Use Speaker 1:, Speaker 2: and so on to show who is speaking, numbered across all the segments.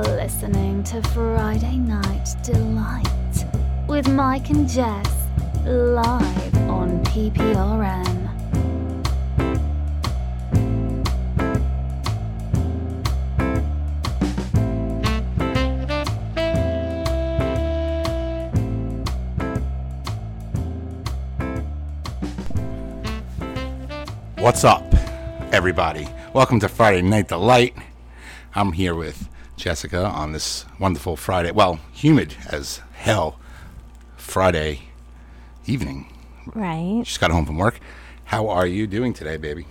Speaker 1: listening to Friday Night Delight with Mike and Jess live on PPRN.
Speaker 2: What's up, everybody? Welcome to Friday Night Delight. I'm here with Jessica on this wonderful Friday, well, humid as hell Friday evening.
Speaker 3: Right.
Speaker 2: Just got home from work. How are you doing today, baby?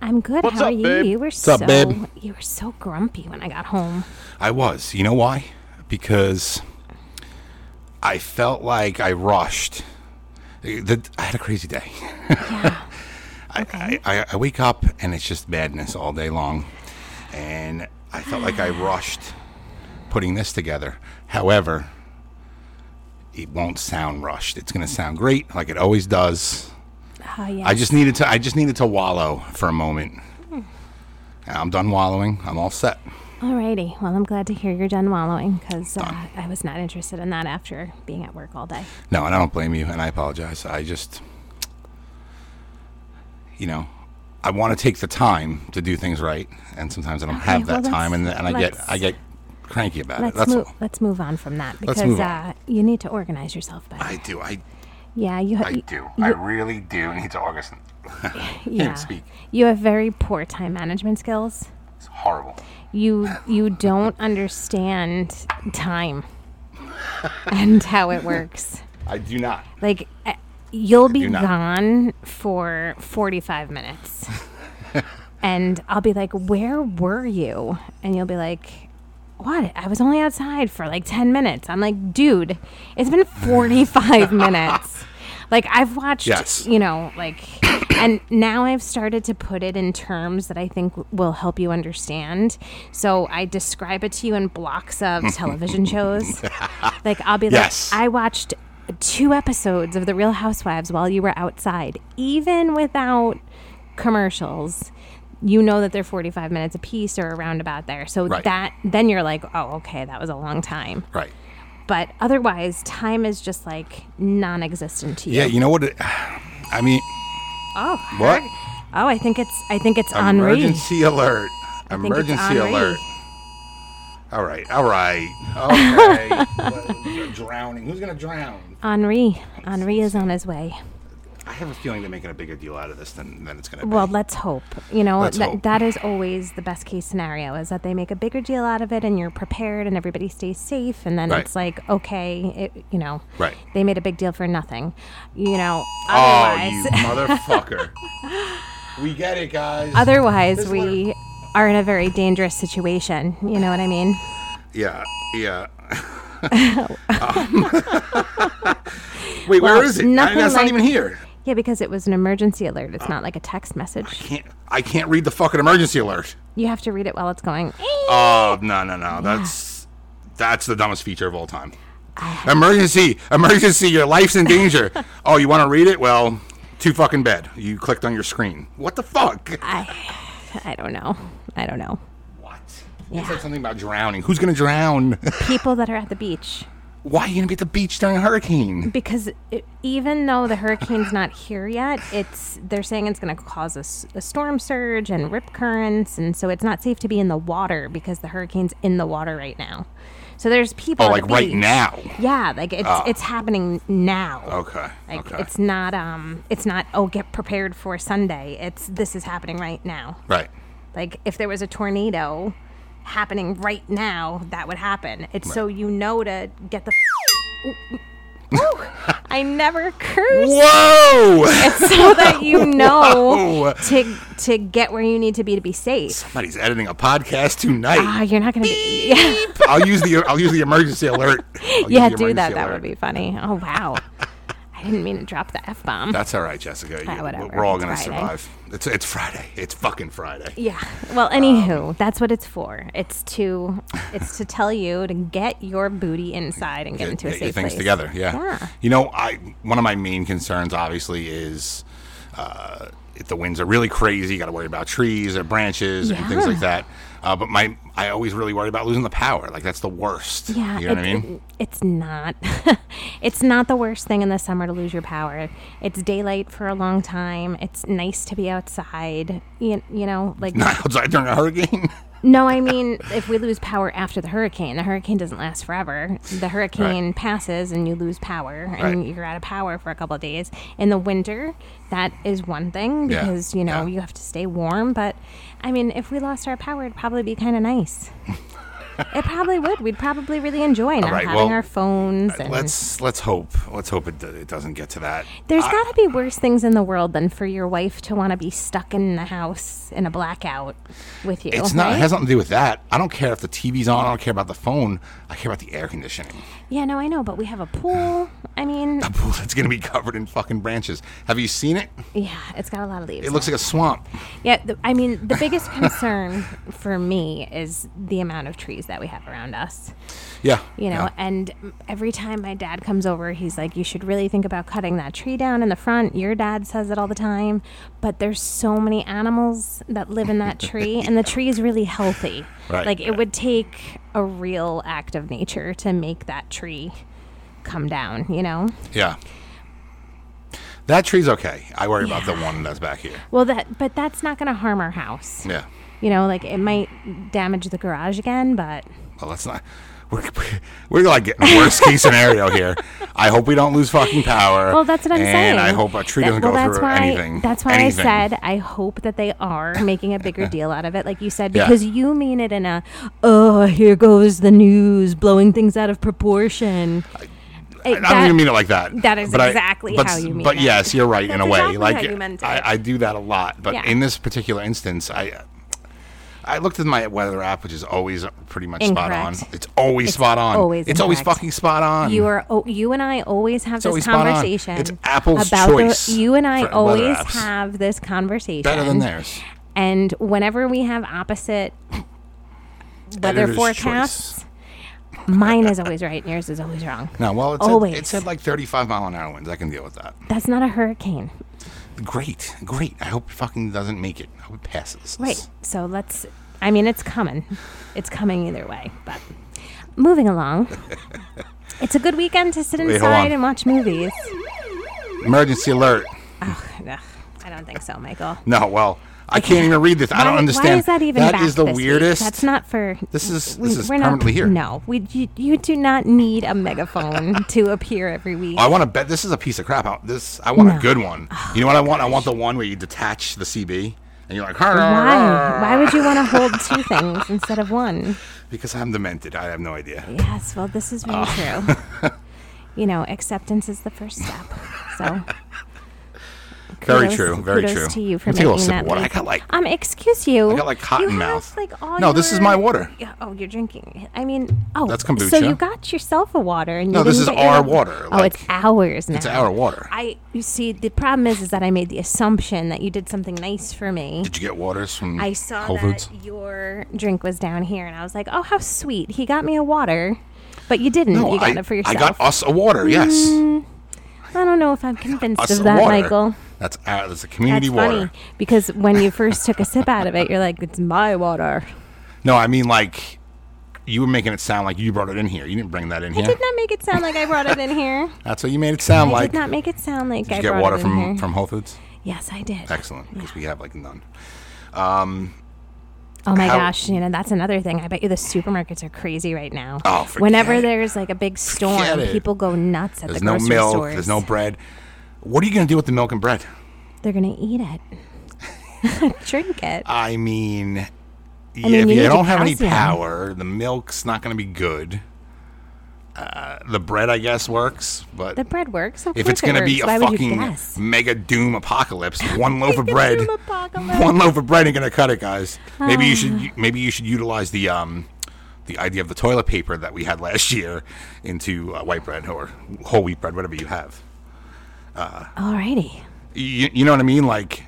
Speaker 3: I'm good.
Speaker 4: What's
Speaker 3: How are
Speaker 4: up,
Speaker 3: you?
Speaker 4: babe?
Speaker 3: You were
Speaker 2: What's
Speaker 3: so
Speaker 2: up, babe?
Speaker 3: you were so grumpy when I got home.
Speaker 2: I was. You know why? Because I felt like I rushed. Eh, the- I had a crazy day. I, I, I, I wake up and it's just madness all day long. And I felt like I rushed putting this together. However, it won't sound rushed. It's going to sound great like it always does.
Speaker 3: Oh yeah.
Speaker 2: I just needed to I just needed to wallow for a moment. I'm done wallowing. I'm all set.
Speaker 3: Alrighty. Well, I'm glad to hear you're done wallowing because uh, I was not interested in that after being at work all day.
Speaker 2: No, and I don't blame you, and I apologize. I just, you know, I want to take the time to do things right, and sometimes I don't
Speaker 3: Okay,
Speaker 2: have
Speaker 3: well,
Speaker 2: that time, and,
Speaker 3: let's-
Speaker 2: and I get
Speaker 3: let's-
Speaker 2: I get cranky about it.
Speaker 3: Let's
Speaker 2: Uh, That's
Speaker 3: move.
Speaker 2: all.
Speaker 3: Let's move on from that because
Speaker 2: move on.
Speaker 3: uh, you need to organize yourself better.
Speaker 2: I do. I
Speaker 3: yeah, you. ha-
Speaker 2: I
Speaker 3: you-
Speaker 2: do. I really do need to August.
Speaker 3: yeah.
Speaker 2: speak.
Speaker 3: You have very poor time management skills.
Speaker 2: It's horrible.
Speaker 3: You you don't understand time and how it works.
Speaker 2: I do not.
Speaker 3: Like uh, you'll be
Speaker 2: do not.
Speaker 3: gone for 45 minutes. and I'll be like, "Where were you?" And you'll be like, "What? I was only outside for like 10 minutes." I'm like, "Dude, it's been 45 minutes." Like I've watched,
Speaker 2: Yes.
Speaker 3: you know, like and now I've started to put it in terms that I think w- will help you understand. So I describe it to you in blocks of television shows. Like I'll be
Speaker 2: Yes.
Speaker 3: like, I watched two episodes of The Real Housewives while you were outside, even without commercials. You know that they're 45 minutes apiece or around about there. So
Speaker 2: Right.
Speaker 3: that then you're like, oh, okay, that was a long time.
Speaker 2: Right.
Speaker 3: But otherwise, time is just like non-existent to you.
Speaker 2: Yeah. You know what? It, I mean,
Speaker 3: Oh,
Speaker 2: what?
Speaker 3: oh, I think it's I think it's Henri.
Speaker 2: Emergency alert!
Speaker 3: think it's
Speaker 2: Emergency
Speaker 3: Henri.
Speaker 2: alert! All right. All right. Okay. Well, you're drowning. Who's gonna drown?
Speaker 3: Henri. Henri is on his way.
Speaker 2: I have a feeling they're making a bigger deal out of this than, than it's going to
Speaker 3: Well,
Speaker 2: be.
Speaker 3: let's hope. You know,
Speaker 2: Let's
Speaker 3: that,
Speaker 2: hope.
Speaker 3: that is always the best case scenario is that they make a bigger deal out of it and you're prepared and everybody stays safe. And then
Speaker 2: Right.
Speaker 3: it's like, okay, it, you know,
Speaker 2: Right.
Speaker 3: they made a big deal for nothing. You know,
Speaker 2: Oh, you
Speaker 3: otherwise,
Speaker 2: motherfucker. we get it, guys.
Speaker 3: otherwise
Speaker 2: This
Speaker 3: we are in a very dangerous situation. You know what I mean?
Speaker 2: yeah, yeah. Um, Wait, where
Speaker 3: Well,
Speaker 2: is it? I,
Speaker 3: nothing
Speaker 2: that's not
Speaker 3: like-
Speaker 2: even here.
Speaker 3: Yeah, because it was an emergency alert.
Speaker 2: Uh.
Speaker 3: It's not like a text message.
Speaker 2: Can't, I can't read the fucking emergency alert.
Speaker 3: You have to read it while it's going.
Speaker 2: Oh, no, no, no. That's that's the dumbest feature of all time. Emergency, emergency, your life's in danger. oh, you want to read it? Well, too fucking bad. You clicked on your screen. What the fuck?
Speaker 3: I, I don't know. I don't know.
Speaker 2: What? You
Speaker 3: Yeah.
Speaker 2: said something about drowning. Who's gonna drown?
Speaker 3: People that are at the beach.
Speaker 2: Why are you gonna be at the beach during a hurricane?
Speaker 3: because it, even though the hurricane's not here yet, it's they're saying it's going to cause a, s- a storm surge and rip currents, and so it's not safe to be in the water because the hurricane's in the water right now. So there's people.
Speaker 2: Oh,
Speaker 3: at
Speaker 2: like
Speaker 3: the
Speaker 2: right
Speaker 3: beach.
Speaker 2: now. Oh.
Speaker 3: Yeah, like it's it's happening now.
Speaker 2: Okay.
Speaker 3: Like
Speaker 2: okay.
Speaker 3: it's not um it's not oh get prepared for Sunday. It's this is happening right now.
Speaker 2: right.
Speaker 3: Like if there was a tornado happening right now, that would happen. It's so you know to get the. Ooh, I never curse.
Speaker 2: Whoa!
Speaker 3: It's so that you know
Speaker 2: Whoa.
Speaker 3: to to get where you need to be to be safe.
Speaker 2: Somebody's editing a podcast tonight.
Speaker 3: Ah, you're not gonna be. Yeah,
Speaker 2: I'll use the I'll use the emergency alert. I'll use
Speaker 3: yeah,
Speaker 2: the
Speaker 3: do that.
Speaker 2: emergency
Speaker 3: That
Speaker 2: alert.
Speaker 3: would be funny. Oh wow, I didn't mean to drop the f bomb.
Speaker 2: That's all right, Jessica. You-
Speaker 3: Ah, whatever.
Speaker 2: We're all
Speaker 3: It's
Speaker 2: gonna
Speaker 3: Friday.
Speaker 2: survive. It's it's Friday. It's fucking Friday.
Speaker 3: Yeah. Well, anywho,
Speaker 2: Um.
Speaker 3: that's what it's for. It's to it's to tell you to get your booty inside and get, into a
Speaker 2: get
Speaker 3: safe
Speaker 2: your things
Speaker 3: place.
Speaker 2: together. Yeah.
Speaker 3: Yeah.
Speaker 2: You know, I one of my main concerns obviously is uh, if the winds are really crazy, you got to worry about trees or branches and things like that. Uh, but my, I always really worry about losing the power. Like that's the worst.
Speaker 3: Yeah,
Speaker 2: you know what I
Speaker 3: it-
Speaker 2: mean.
Speaker 3: it- it's not. it's not the worst thing in the summer to lose your power. It's daylight for a long time. It's nice to be outside. You, you know, like
Speaker 2: Not outside during a hurricane.
Speaker 3: no, I mean, if we lose power after the hurricane, the hurricane doesn't last forever. The hurricane passes and you lose power and
Speaker 2: Right.
Speaker 3: you're out of power for a couple of days. In the winter, that is one thing
Speaker 2: Yeah,
Speaker 3: because, you know,
Speaker 2: yeah.
Speaker 3: you have to stay warm. But I mean, if we lost our power, it'd probably be kind of nice. it probably would. We'd probably really enjoy not
Speaker 2: right,
Speaker 3: having
Speaker 2: well, uh,
Speaker 3: our phones. And
Speaker 2: let's uh, let's hope let's hope it, do- it doesn't get to that.
Speaker 3: There's got to be worse things in the world than for your wife to want to be stuck in the house in a blackout with you.
Speaker 2: It's not. It
Speaker 3: right?
Speaker 2: has nothing to do with that. I don't care if the TV's on. I don't care about the phone. I care about the air conditioning.
Speaker 3: Yeah, no, I know, but we have a pool. I mean,
Speaker 2: A pool that's gonna be covered in fucking branches. Have you seen it?
Speaker 3: yeah, it's got a lot of leaves.
Speaker 2: It looks like a swamp.
Speaker 3: yeah, th- I mean, the biggest concern for me is the amount of trees that we have around us.
Speaker 2: Yeah.
Speaker 3: You know,
Speaker 2: yeah.
Speaker 3: and every time my dad comes over, he's like, "You should really think about cutting that tree down in the front." Your dad says it all the time, but there's so many animals that live in that tree, and the tree is really healthy.
Speaker 2: Right,
Speaker 3: like it
Speaker 2: right.
Speaker 3: would take a real act of nature to make that tree come down. You know.
Speaker 2: Yeah. That tree's okay. I worry about the one that's back here.
Speaker 3: Well, that but that's not going to harm our house.
Speaker 2: Yeah.
Speaker 3: You know, like it might damage the garage again, but
Speaker 2: Well, that's not. We're, we're like getting a worst case scenario here. I hope we don't lose fucking power.
Speaker 3: well, that's what I'm
Speaker 2: and
Speaker 3: saying.
Speaker 2: I hope a tree
Speaker 3: That-
Speaker 2: doesn't
Speaker 3: well,
Speaker 2: go
Speaker 3: that's
Speaker 2: through
Speaker 3: why,
Speaker 2: anything.
Speaker 3: That's why
Speaker 2: Anything.
Speaker 3: I said I hope that they are making a bigger deal out of it, like you said,
Speaker 2: Yeah.
Speaker 3: because you mean it in a oh, here goes the news, blowing things out of proportion. It-
Speaker 2: I don't
Speaker 3: that-
Speaker 2: even mean it like that.
Speaker 3: that is
Speaker 2: but I-
Speaker 3: exactly
Speaker 2: but,
Speaker 3: how
Speaker 2: s-
Speaker 3: you mean
Speaker 2: But
Speaker 3: it.
Speaker 2: yes, you're right in
Speaker 3: That's
Speaker 2: a way.
Speaker 3: exactly
Speaker 2: like
Speaker 3: how you meant
Speaker 2: I,
Speaker 3: it.
Speaker 2: I do that a lot, but
Speaker 3: Yeah.
Speaker 2: in this particular instance, I I looked at my weather app, which is always pretty much spot on.
Speaker 3: Incorrect.
Speaker 2: It's always spot on.
Speaker 3: always
Speaker 2: it's always
Speaker 3: incorrect.
Speaker 2: fucking spot on.
Speaker 3: You are oh, you and I always have
Speaker 2: always
Speaker 3: this
Speaker 2: spot on.
Speaker 3: conversation.
Speaker 2: It's Apple's
Speaker 3: about the-
Speaker 2: choice
Speaker 3: you and I
Speaker 2: for weather
Speaker 3: always
Speaker 2: apps.
Speaker 3: have this conversation.
Speaker 2: better than theirs.
Speaker 3: And whenever we have opposite weather
Speaker 2: Editor's
Speaker 3: forecasts, mine is always right and yours is always wrong.
Speaker 2: No, well, it said,
Speaker 3: Always.
Speaker 2: it said like 35 mile an hour winds. I can deal with that.
Speaker 3: That's not a hurricane.
Speaker 2: Great, great. I hope it fucking doesn't make it. I hope it passes.
Speaker 3: Right. So let's, I mean, it's coming. It's coming either way. But moving along, it's a good weekend to sit
Speaker 2: Wait, hold on.
Speaker 3: inside and watch movies.
Speaker 2: Emergency alert.
Speaker 3: Ugh, I don't think so, Michael.
Speaker 2: No, well, I can't even read this. I
Speaker 3: Why-
Speaker 2: don't understand.
Speaker 3: Why is that even
Speaker 2: That
Speaker 3: back
Speaker 2: is the
Speaker 3: this week?
Speaker 2: weirdest.
Speaker 3: That's not for.
Speaker 2: This is
Speaker 3: we-
Speaker 2: this is
Speaker 3: we're not-
Speaker 2: permanently here.
Speaker 3: No, we you, you do not need a megaphone to appear every week.
Speaker 2: Oh, I want to bet this is a piece of crap. Out this, I want a
Speaker 3: No. Oh
Speaker 2: good one. you know what I want? I want the one where you detach the CB and you're like, "Hurr,
Speaker 3: Why? Why would you want to hold two things instead of one?
Speaker 2: Because I'm demented. I have no idea.
Speaker 3: Yes, well, this is very
Speaker 2: Ah.
Speaker 3: true. You know, acceptance is the first step. So.
Speaker 2: very
Speaker 3: kudos-
Speaker 2: true. Very
Speaker 3: kudos
Speaker 2: true.
Speaker 3: To you for
Speaker 2: Let me take a little
Speaker 3: making
Speaker 2: sip
Speaker 3: that
Speaker 2: of water. I
Speaker 3: leap.
Speaker 2: got like
Speaker 3: um, excuse you.
Speaker 2: I got, like, cotton
Speaker 3: you have,
Speaker 2: mouth.
Speaker 3: like, all
Speaker 2: No, this is
Speaker 3: your-
Speaker 2: my water.
Speaker 3: Yeah, Oh, you're drinking. it. I mean, oh,
Speaker 2: That's
Speaker 3: So
Speaker 2: kombucha.
Speaker 3: you got yourself a water, and you
Speaker 2: No, this
Speaker 3: didn't
Speaker 2: is
Speaker 3: get your-
Speaker 2: our water,
Speaker 3: Oh,
Speaker 2: like,
Speaker 3: it's ours now.
Speaker 2: it's our water.
Speaker 3: I you see the problem is is that I made the assumption that you did something nice for me.
Speaker 2: Did you get waters from
Speaker 3: I saw
Speaker 2: Whole Foods?
Speaker 3: that your drink was down here, and I was like, "Oh, how sweet! He got me a water." But you didn't.
Speaker 2: No,
Speaker 3: you got
Speaker 2: I,
Speaker 3: it for
Speaker 2: I
Speaker 3: yourself.
Speaker 2: got us a water. Yes.
Speaker 3: I don't know if I'm convinced
Speaker 2: us
Speaker 3: of
Speaker 2: a
Speaker 3: that,
Speaker 2: water.
Speaker 3: Michael.
Speaker 2: That's our, that's a
Speaker 3: That's
Speaker 2: community water.
Speaker 3: funny because when you first took a sip out of it, you're like, "It's my water."
Speaker 2: No, I mean like you were making it sound like you brought it in here. You didn't bring that in
Speaker 3: I
Speaker 2: here.
Speaker 3: did not make it sound like I brought it in here.
Speaker 2: That's what you made it sound
Speaker 3: I
Speaker 2: like.
Speaker 3: did not make it sound like
Speaker 2: Did
Speaker 3: I
Speaker 2: you get
Speaker 3: brought
Speaker 2: water
Speaker 3: it in
Speaker 2: from
Speaker 3: here.
Speaker 2: from Whole Foods?
Speaker 3: yes, I did.
Speaker 2: Excellent, because we have like none.
Speaker 3: Oh my
Speaker 2: How-
Speaker 3: gosh, you know, that's another thing. I bet you the supermarkets are crazy right now.
Speaker 2: Oh, forget
Speaker 3: Whenever
Speaker 2: it.
Speaker 3: there's like a big storm,
Speaker 2: it.
Speaker 3: people go nuts at
Speaker 2: There's
Speaker 3: the
Speaker 2: no
Speaker 3: grocery
Speaker 2: milk.
Speaker 3: stores.
Speaker 2: There's no bread. What are you gonna do with the milk and bread?
Speaker 3: They're gonna eat it. Drink it.
Speaker 2: I mean, yeah,
Speaker 3: mean,
Speaker 2: if
Speaker 3: you
Speaker 2: you
Speaker 3: need
Speaker 2: don't have any
Speaker 3: potassium.
Speaker 2: power, the milk's not gonna be good. Uh, the bread, I guess, works, but
Speaker 3: the bread works. Of
Speaker 2: if
Speaker 3: course
Speaker 2: it's gonna
Speaker 3: it
Speaker 2: be a
Speaker 3: works. Why would you
Speaker 2: fucking
Speaker 3: guess?
Speaker 2: mega doom apocalypse, one loaf of
Speaker 3: Mega
Speaker 2: bread,
Speaker 3: doom apocalypse. Ah.
Speaker 2: one loaf of bread ain't gonna cut it, guys. Maybe you should maybe you should utilize the um the idea of the toilet paper that we had last year into uh, white bread or whole wheat bread, whatever you have.
Speaker 3: Alrighty.
Speaker 2: You, you know what I mean? Like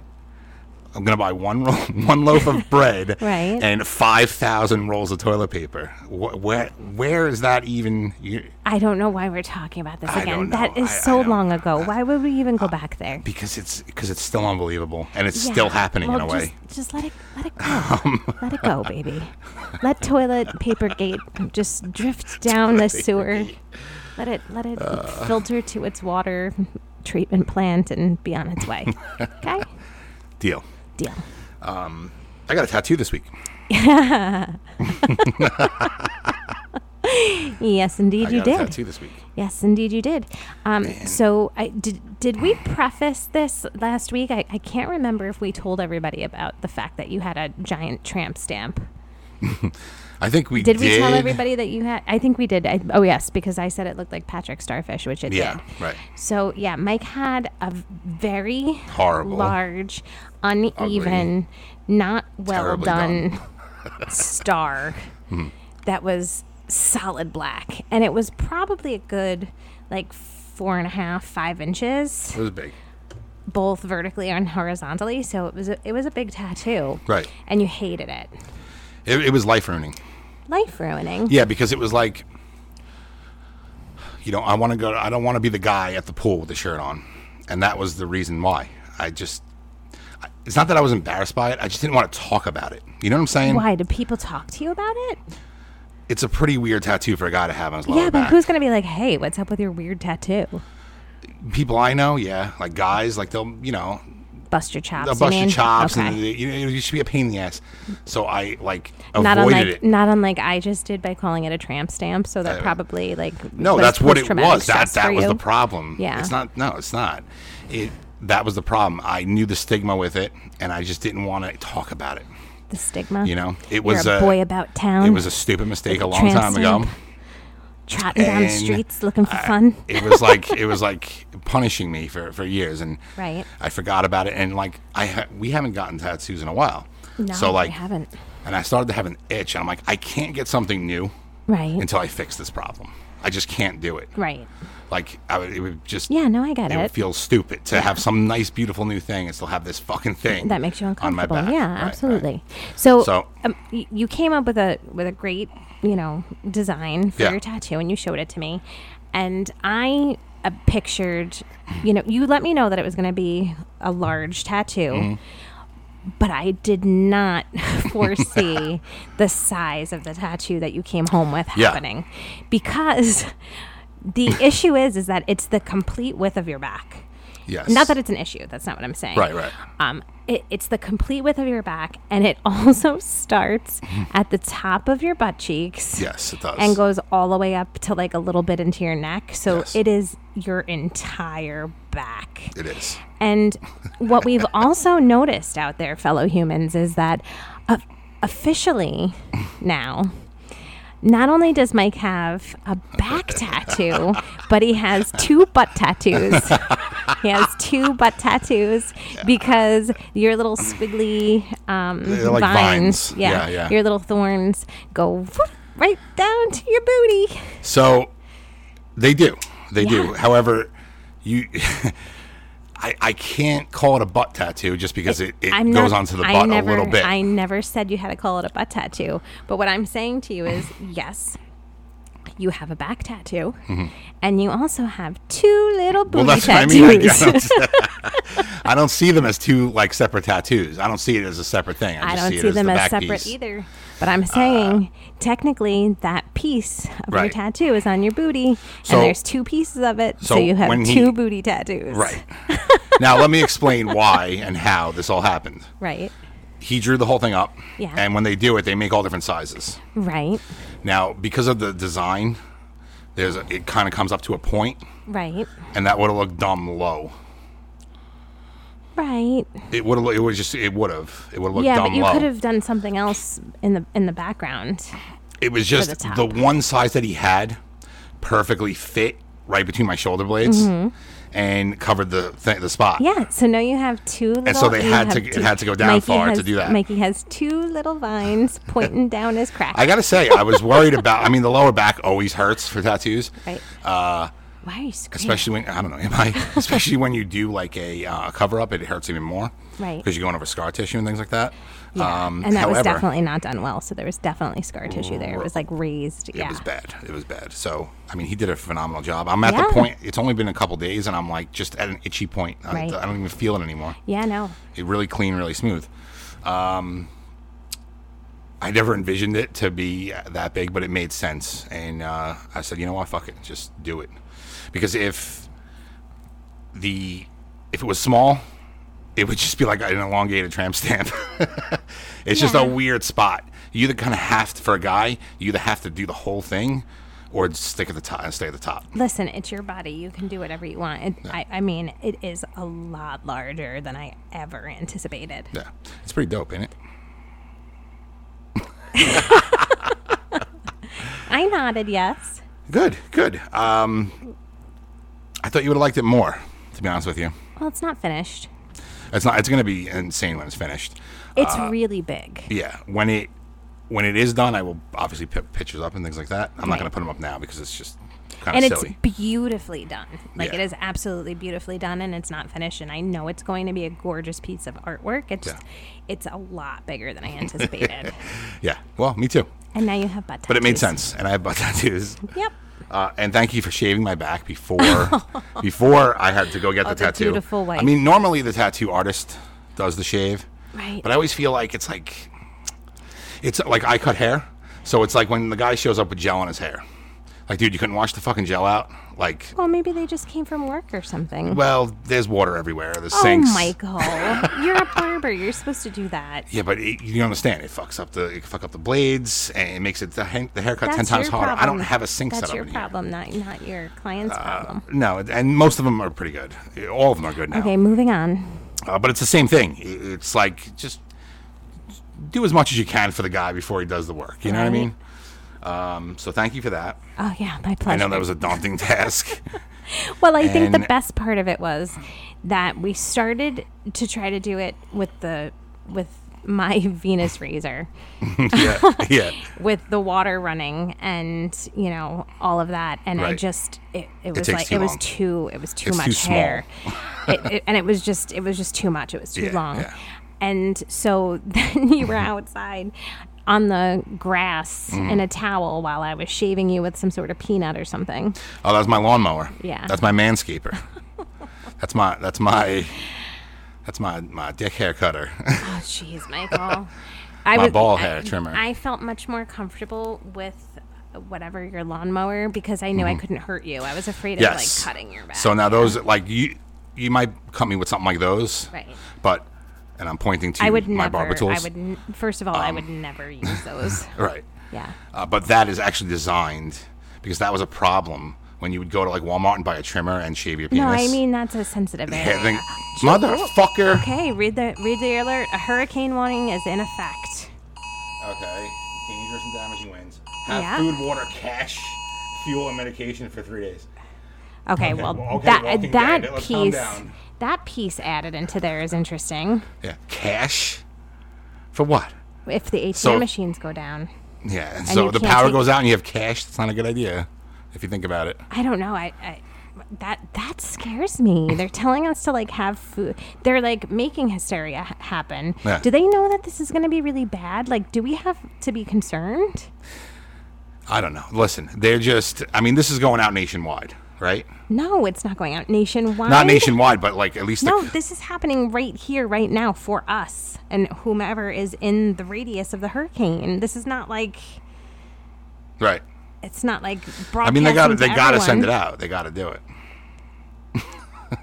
Speaker 2: I'm gonna buy one roll, one loaf of bread,
Speaker 3: Right.
Speaker 2: and five thousand rolls of toilet paper. Wh- where where is that even? You,
Speaker 3: I don't know why we're talking about this
Speaker 2: I
Speaker 3: again.
Speaker 2: don't
Speaker 3: That
Speaker 2: know.
Speaker 3: is
Speaker 2: I- I
Speaker 3: so
Speaker 2: don't-
Speaker 3: long ago. Why would we even go back there?
Speaker 2: because it's because it's still unbelievable, and it's
Speaker 3: Yeah.
Speaker 2: still happening in a
Speaker 3: Well,
Speaker 2: way. Um.
Speaker 3: Just, just let it let it go. let it go, baby. Let toilet paper gate just drift down the sewer. Let it let it
Speaker 2: Uh.
Speaker 3: filter to its water treatment plant and be on its way. Okay?
Speaker 2: Deal. Um,
Speaker 3: Deal.
Speaker 2: I got a tattoo this week.
Speaker 3: Yes, indeed
Speaker 2: I
Speaker 3: you
Speaker 2: got a
Speaker 3: did.
Speaker 2: tattoo this week.
Speaker 3: Yes, indeed you did. Um, so I did did we preface this last week? I, I can't remember if we told everybody about the fact that you had a giant tramp stamp.
Speaker 2: I think we
Speaker 3: Did we tell everybody that you had? I think we did. I, oh yes, because I said it looked like Patrick Starfish, which it
Speaker 2: Yeah,
Speaker 3: did.
Speaker 2: right.
Speaker 3: So yeah, Mike had a v- very
Speaker 2: Horrible.
Speaker 3: large, uneven, not well
Speaker 2: Terribly Hmm.
Speaker 3: done, star that was solid black, and it was probably a good like four and a half, five inches,
Speaker 2: It was big.
Speaker 3: both vertically and horizontally. So it was a, it was a big tattoo,
Speaker 2: Right.
Speaker 3: And you hated it,
Speaker 2: It, it was life ruining.
Speaker 3: life ruining.
Speaker 2: Yeah, because it was like, you know, I want to go. I don't want to be the guy at the pool with the shirt on, and that was the reason why. I just, I- it's not that I was embarrassed by it. I just didn't want to talk about it. You know what I'm saying?
Speaker 3: Why do people talk to you about it?
Speaker 2: It's a pretty weird tattoo for a guy to have on his lower
Speaker 3: Yeah, but
Speaker 2: back.
Speaker 3: who's gonna be like, "Hey, what's up with your weird tattoo?"
Speaker 2: People I know, yeah, like guys, like they'll, you know,
Speaker 3: Bust your chops.
Speaker 2: they'll
Speaker 3: you
Speaker 2: bust your
Speaker 3: mean?
Speaker 2: chops,
Speaker 3: Okay.
Speaker 2: and they- you know, you should be a pain in the ass. So I like avoided
Speaker 3: not unlike
Speaker 2: it.
Speaker 3: not unlike I just did by calling it a tramp stamp. So that
Speaker 2: Uh,
Speaker 3: probably like
Speaker 2: No,
Speaker 3: was
Speaker 2: that's what it
Speaker 3: post-traumatic
Speaker 2: was. That
Speaker 3: stress
Speaker 2: that
Speaker 3: for
Speaker 2: was the
Speaker 3: you.
Speaker 2: problem.
Speaker 3: Yeah.
Speaker 2: It's not no, it's not. It that was the problem. I knew the stigma with it and I just didn't want to talk about it.
Speaker 3: The stigma.
Speaker 2: You know? It
Speaker 3: You're
Speaker 2: was
Speaker 3: a, boy about town.
Speaker 2: it was a stupid mistake a
Speaker 3: with a
Speaker 2: long time ago.
Speaker 3: tramp trotting down the
Speaker 2: and
Speaker 3: streets looking for
Speaker 2: I-
Speaker 3: fun.
Speaker 2: it was like it was like punishing me for, for years and
Speaker 3: Right.
Speaker 2: I forgot about it and like I ha- we haven't gotten tattoos in a while.
Speaker 3: No,
Speaker 2: so like
Speaker 3: I haven't.
Speaker 2: and I started to have an itch and I'm like I can't get something new
Speaker 3: Right.
Speaker 2: until I fix this problem. I just can't do it.
Speaker 3: right.
Speaker 2: Like I would, it would just
Speaker 3: Yeah. No, I get
Speaker 2: it
Speaker 3: it.
Speaker 2: would feel stupid to have some nice, beautiful new thing and still have this fucking thing
Speaker 3: that makes you uncomfortable.
Speaker 2: On my back.
Speaker 3: Yeah,
Speaker 2: Right, right.
Speaker 3: absolutely. So,
Speaker 2: So-
Speaker 3: um, y- you came up with a with a great, you know, design for
Speaker 2: Yeah.
Speaker 3: your tattoo, and you showed it to me, and I uh, pictured, you know, you let me know that it was going to be a large tattoo.
Speaker 2: Mm-hmm.
Speaker 3: But I did not foresee the size of the tattoo that you came home with
Speaker 2: Yeah.
Speaker 3: happening, because the issue is is that it's the complete width of your back.
Speaker 2: Yes.
Speaker 3: Not that it's an issue. That's not what I'm saying.
Speaker 2: Right, right.
Speaker 3: Um, it, it's the complete width of your back, and it also starts at the top of your butt cheeks.
Speaker 2: Mm-hmm. Yes, it does.
Speaker 3: And goes all the way up to like a little bit into your neck. So
Speaker 2: Yes.
Speaker 3: it is your entire back.
Speaker 2: It is.
Speaker 3: And what we've also noticed out there, fellow humans, is that uh, officially now, not only does Mike have a back tattoo, but he has two butt tattoos. he has two butt tattoos because your little squiggly um,
Speaker 2: They're like vines.
Speaker 3: Yeah,
Speaker 2: Yeah, yeah.
Speaker 3: your little thorns go whoop right down to your booty.
Speaker 2: So they do. They do.
Speaker 3: Yeah.
Speaker 2: However, you. I, I can't call it a butt tattoo just because it, it
Speaker 3: I'm
Speaker 2: goes
Speaker 3: not-
Speaker 2: onto the
Speaker 3: I
Speaker 2: butt
Speaker 3: never,
Speaker 2: a little bit.
Speaker 3: I never said you had to call it a butt tattoo, but what I'm saying to you is yes, you have a back tattoo, and you also have two little booty
Speaker 2: Mm-hmm. well, that's
Speaker 3: tattoos.
Speaker 2: what I mean. I, don't, I don't see them as two like separate tattoos. I don't see it as a separate thing. I,
Speaker 3: I
Speaker 2: just
Speaker 3: don't
Speaker 2: see, it
Speaker 3: see
Speaker 2: as
Speaker 3: them
Speaker 2: the
Speaker 3: as
Speaker 2: back
Speaker 3: separate
Speaker 2: piece. Uh,
Speaker 3: either. But I'm saying technically that piece of your
Speaker 2: Right.
Speaker 3: tattoo is on your booty,
Speaker 2: So-
Speaker 3: and there's two pieces of it, so,
Speaker 2: so
Speaker 3: you have
Speaker 2: when he-
Speaker 3: two booty tattoos.
Speaker 2: Right. now let me explain why and how this all happened.
Speaker 3: Right.
Speaker 2: he drew the whole thing up.
Speaker 3: Yeah.
Speaker 2: And when they do it, they make all different sizes.
Speaker 3: Right.
Speaker 2: Now, because of the design, there's a, it kind of comes up to a point,
Speaker 3: Right.
Speaker 2: and that would have looked dumb low.
Speaker 3: Right.
Speaker 2: It would have. It was just. It would have. It would have looked
Speaker 3: Yeah,
Speaker 2: dumb
Speaker 3: but you
Speaker 2: low.
Speaker 3: could have done something else in the in the background.
Speaker 2: It was just
Speaker 3: the
Speaker 2: the,
Speaker 3: top.
Speaker 2: one size that he had perfectly fit right between my shoulder blades and covered the th- the spot.
Speaker 3: Mm-hmm. Yeah, so now you have two little.
Speaker 2: so they
Speaker 3: you
Speaker 2: had
Speaker 3: have
Speaker 2: to- it had to go down far to
Speaker 3: has,
Speaker 2: do that.
Speaker 3: Mikey has two little vines pointing down his crack.
Speaker 2: I gotta say, I was worried about. I mean, the lower back always hurts for tattoos.
Speaker 3: Right.
Speaker 2: Uh,
Speaker 3: Why are you screaming?
Speaker 2: especially when I don't know, am I? Especially when you do like a uh, cover up, it hurts even more,
Speaker 3: Right.
Speaker 2: Because you're going over scar tissue and things like that. Um,
Speaker 3: Yeah. and that was definitely not done well. So there was definitely scar tissue there. It was like raised.
Speaker 2: It
Speaker 3: yeah.
Speaker 2: was bad. It was bad. So I mean, he did a phenomenal job. I'm at
Speaker 3: Yeah.
Speaker 2: the point. It's only been a couple days, and I'm like just at an itchy point. I,
Speaker 3: Right.
Speaker 2: I don't even feel it anymore.
Speaker 3: Yeah, no.
Speaker 2: It really clean, really smooth. Um, I never envisioned it to be that big, but it made sense, and uh, I said, you know what, fuck it, just do it, because if the if it was small, it would just be like an elongated tramp stamp. it's just a
Speaker 3: Yeah.
Speaker 2: weird spot. You either kind of have to, for a guy, you either have to do the whole thing, or stick at the top and stay at the top.
Speaker 3: Listen, it's your body. You can do whatever you want. It, I, I mean, it is a lot larger than I ever anticipated.
Speaker 2: Yeah, it's pretty dope, ain't it?
Speaker 3: I nodded yes.
Speaker 2: Good, good. Um, I thought you would have liked it more, to be honest with you.
Speaker 3: Well, it's not finished.
Speaker 2: It's not. It's going to be insane when it's finished.
Speaker 3: It's
Speaker 2: Uh,
Speaker 3: really big.
Speaker 2: Yeah, when it when it is done, I will obviously put pictures up and things like that. I'm not
Speaker 3: Right.
Speaker 2: going to put them up now because it's just kind
Speaker 3: And
Speaker 2: of
Speaker 3: it's
Speaker 2: silly.
Speaker 3: beautifully done. Like
Speaker 2: Yeah.
Speaker 3: it is absolutely beautifully done and it's not finished and I know it's going to be a gorgeous piece of artwork. It's just, it's a lot bigger than I anticipated.
Speaker 2: Yeah. Well, me too.
Speaker 3: and now you have butt
Speaker 2: But it made
Speaker 3: tattoos.
Speaker 2: sense, and I have butt tattoos.
Speaker 3: Yep.
Speaker 2: Uh, and thank you for shaving my back before before I had to go get the
Speaker 3: the
Speaker 2: tattoo.
Speaker 3: dutiful
Speaker 2: I
Speaker 3: wife.
Speaker 2: mean, normally the tattoo artist does the shave,
Speaker 3: Right.
Speaker 2: but I always feel like it's like it's like I cut hair, so it's like when the guy shows up with gel on his hair, like dude, you couldn't wash the fucking gel out. Like,
Speaker 3: Well, maybe they just came from work or something.
Speaker 2: well, there's water everywhere. There's
Speaker 3: oh,
Speaker 2: sinks.
Speaker 3: Michael. You're a barber. You're supposed to do that.
Speaker 2: Yeah, but it, you understand. It fucks up the it fuck up the blades and it makes it the, hand, the haircut
Speaker 3: That's
Speaker 2: ten times
Speaker 3: your
Speaker 2: harder. I don't
Speaker 3: problem.
Speaker 2: have a sink
Speaker 3: That's
Speaker 2: set up
Speaker 3: your
Speaker 2: in Uh,
Speaker 3: problem, not not your client's problem.
Speaker 2: here. No, and most of them are pretty good. All of them are good now.
Speaker 3: Okay, moving on.
Speaker 2: Uh, but it's the same thing. I- It's like just do as much as you can for the guy before he does the work. You know what I mean? Um, so thank you for that.
Speaker 3: Oh yeah, my pleasure.
Speaker 2: I know that was a daunting task.
Speaker 3: Well, I think the
Speaker 2: And-
Speaker 3: best part of it was that we started to try to do it with the with my Venus razor
Speaker 2: yeah, yeah.
Speaker 3: with the water running and you know all of that and I
Speaker 2: Right.
Speaker 3: just it, it was
Speaker 2: takes
Speaker 3: like
Speaker 2: too
Speaker 3: it was
Speaker 2: long.
Speaker 3: too it was too
Speaker 2: It's too
Speaker 3: much
Speaker 2: small.
Speaker 3: hair it, it- and it was just it was just too much it was too
Speaker 2: Yeah,
Speaker 3: long
Speaker 2: yeah.
Speaker 3: and so then you were outside on the grass
Speaker 2: Mm.
Speaker 3: in a towel while I was shaving you with some sort of peanut or something
Speaker 2: Oh, that's my lawnmower.
Speaker 3: Yeah.
Speaker 2: That's my manscaper. that's my that's my that's my my dick hair cutter.
Speaker 3: Oh, jeez, Michael. I
Speaker 2: My
Speaker 3: was-
Speaker 2: ball
Speaker 3: I-
Speaker 2: hair trimmer.
Speaker 3: I felt much more comfortable with whatever your lawnmower because I knew I couldn't hurt you. I was afraid of
Speaker 2: Mm-hmm. yes.
Speaker 3: like cutting your back.
Speaker 2: So now those like you you might cut me with something like those.
Speaker 3: Right.
Speaker 2: But and I'm pointing to
Speaker 3: I would
Speaker 2: my
Speaker 3: never.
Speaker 2: barber tools. Um.
Speaker 3: I would. N- first of all, I would never use those.
Speaker 2: right.
Speaker 3: yeah.
Speaker 2: uh, but that is actually designed because that was a problem when you would go to like Walmart and buy a trimmer and shave your penis.
Speaker 3: No, I mean that's a sensitive area.
Speaker 2: Yeah, then- motherfucker. Okay.
Speaker 3: okay, read the read the alert. A hurricane warning is in effect.
Speaker 2: dangerous and damaging winds. Have
Speaker 3: Yeah.
Speaker 2: food, water, cash, fuel, and medication for three days.
Speaker 3: Okay, well,
Speaker 2: well, okay,
Speaker 3: that
Speaker 2: Walking
Speaker 3: that
Speaker 2: Dead, let's calm
Speaker 3: piece
Speaker 2: down.
Speaker 3: that piece added into there is interesting.
Speaker 2: Yeah, cash for what?
Speaker 3: If the ATM
Speaker 2: So-
Speaker 3: machines go down.
Speaker 2: Yeah, and,
Speaker 3: you
Speaker 2: so the
Speaker 3: can't
Speaker 2: power
Speaker 3: take-
Speaker 2: goes out and you have cash. That's not a good idea if you think about it.
Speaker 3: I don't know. I, I that that scares me. They're telling us to like have food. They're like making hysteria ha- happen.
Speaker 2: Yeah.
Speaker 3: Do they know that this is going to be really bad? Like, do we have to be concerned?
Speaker 2: I don't know. Listen, they're just. I mean, this is going out nationwide, right?
Speaker 3: No, it's not going out nationwide.
Speaker 2: Not nationwide, but like at least the
Speaker 3: No, this is happening right here, right now for us and whomever is in the radius of the hurricane. This is not like
Speaker 2: right.
Speaker 3: it's not like broadcasting.
Speaker 2: I mean, they got to
Speaker 3: to
Speaker 2: they got to send it
Speaker 3: everyone.
Speaker 2: out. They got to do it.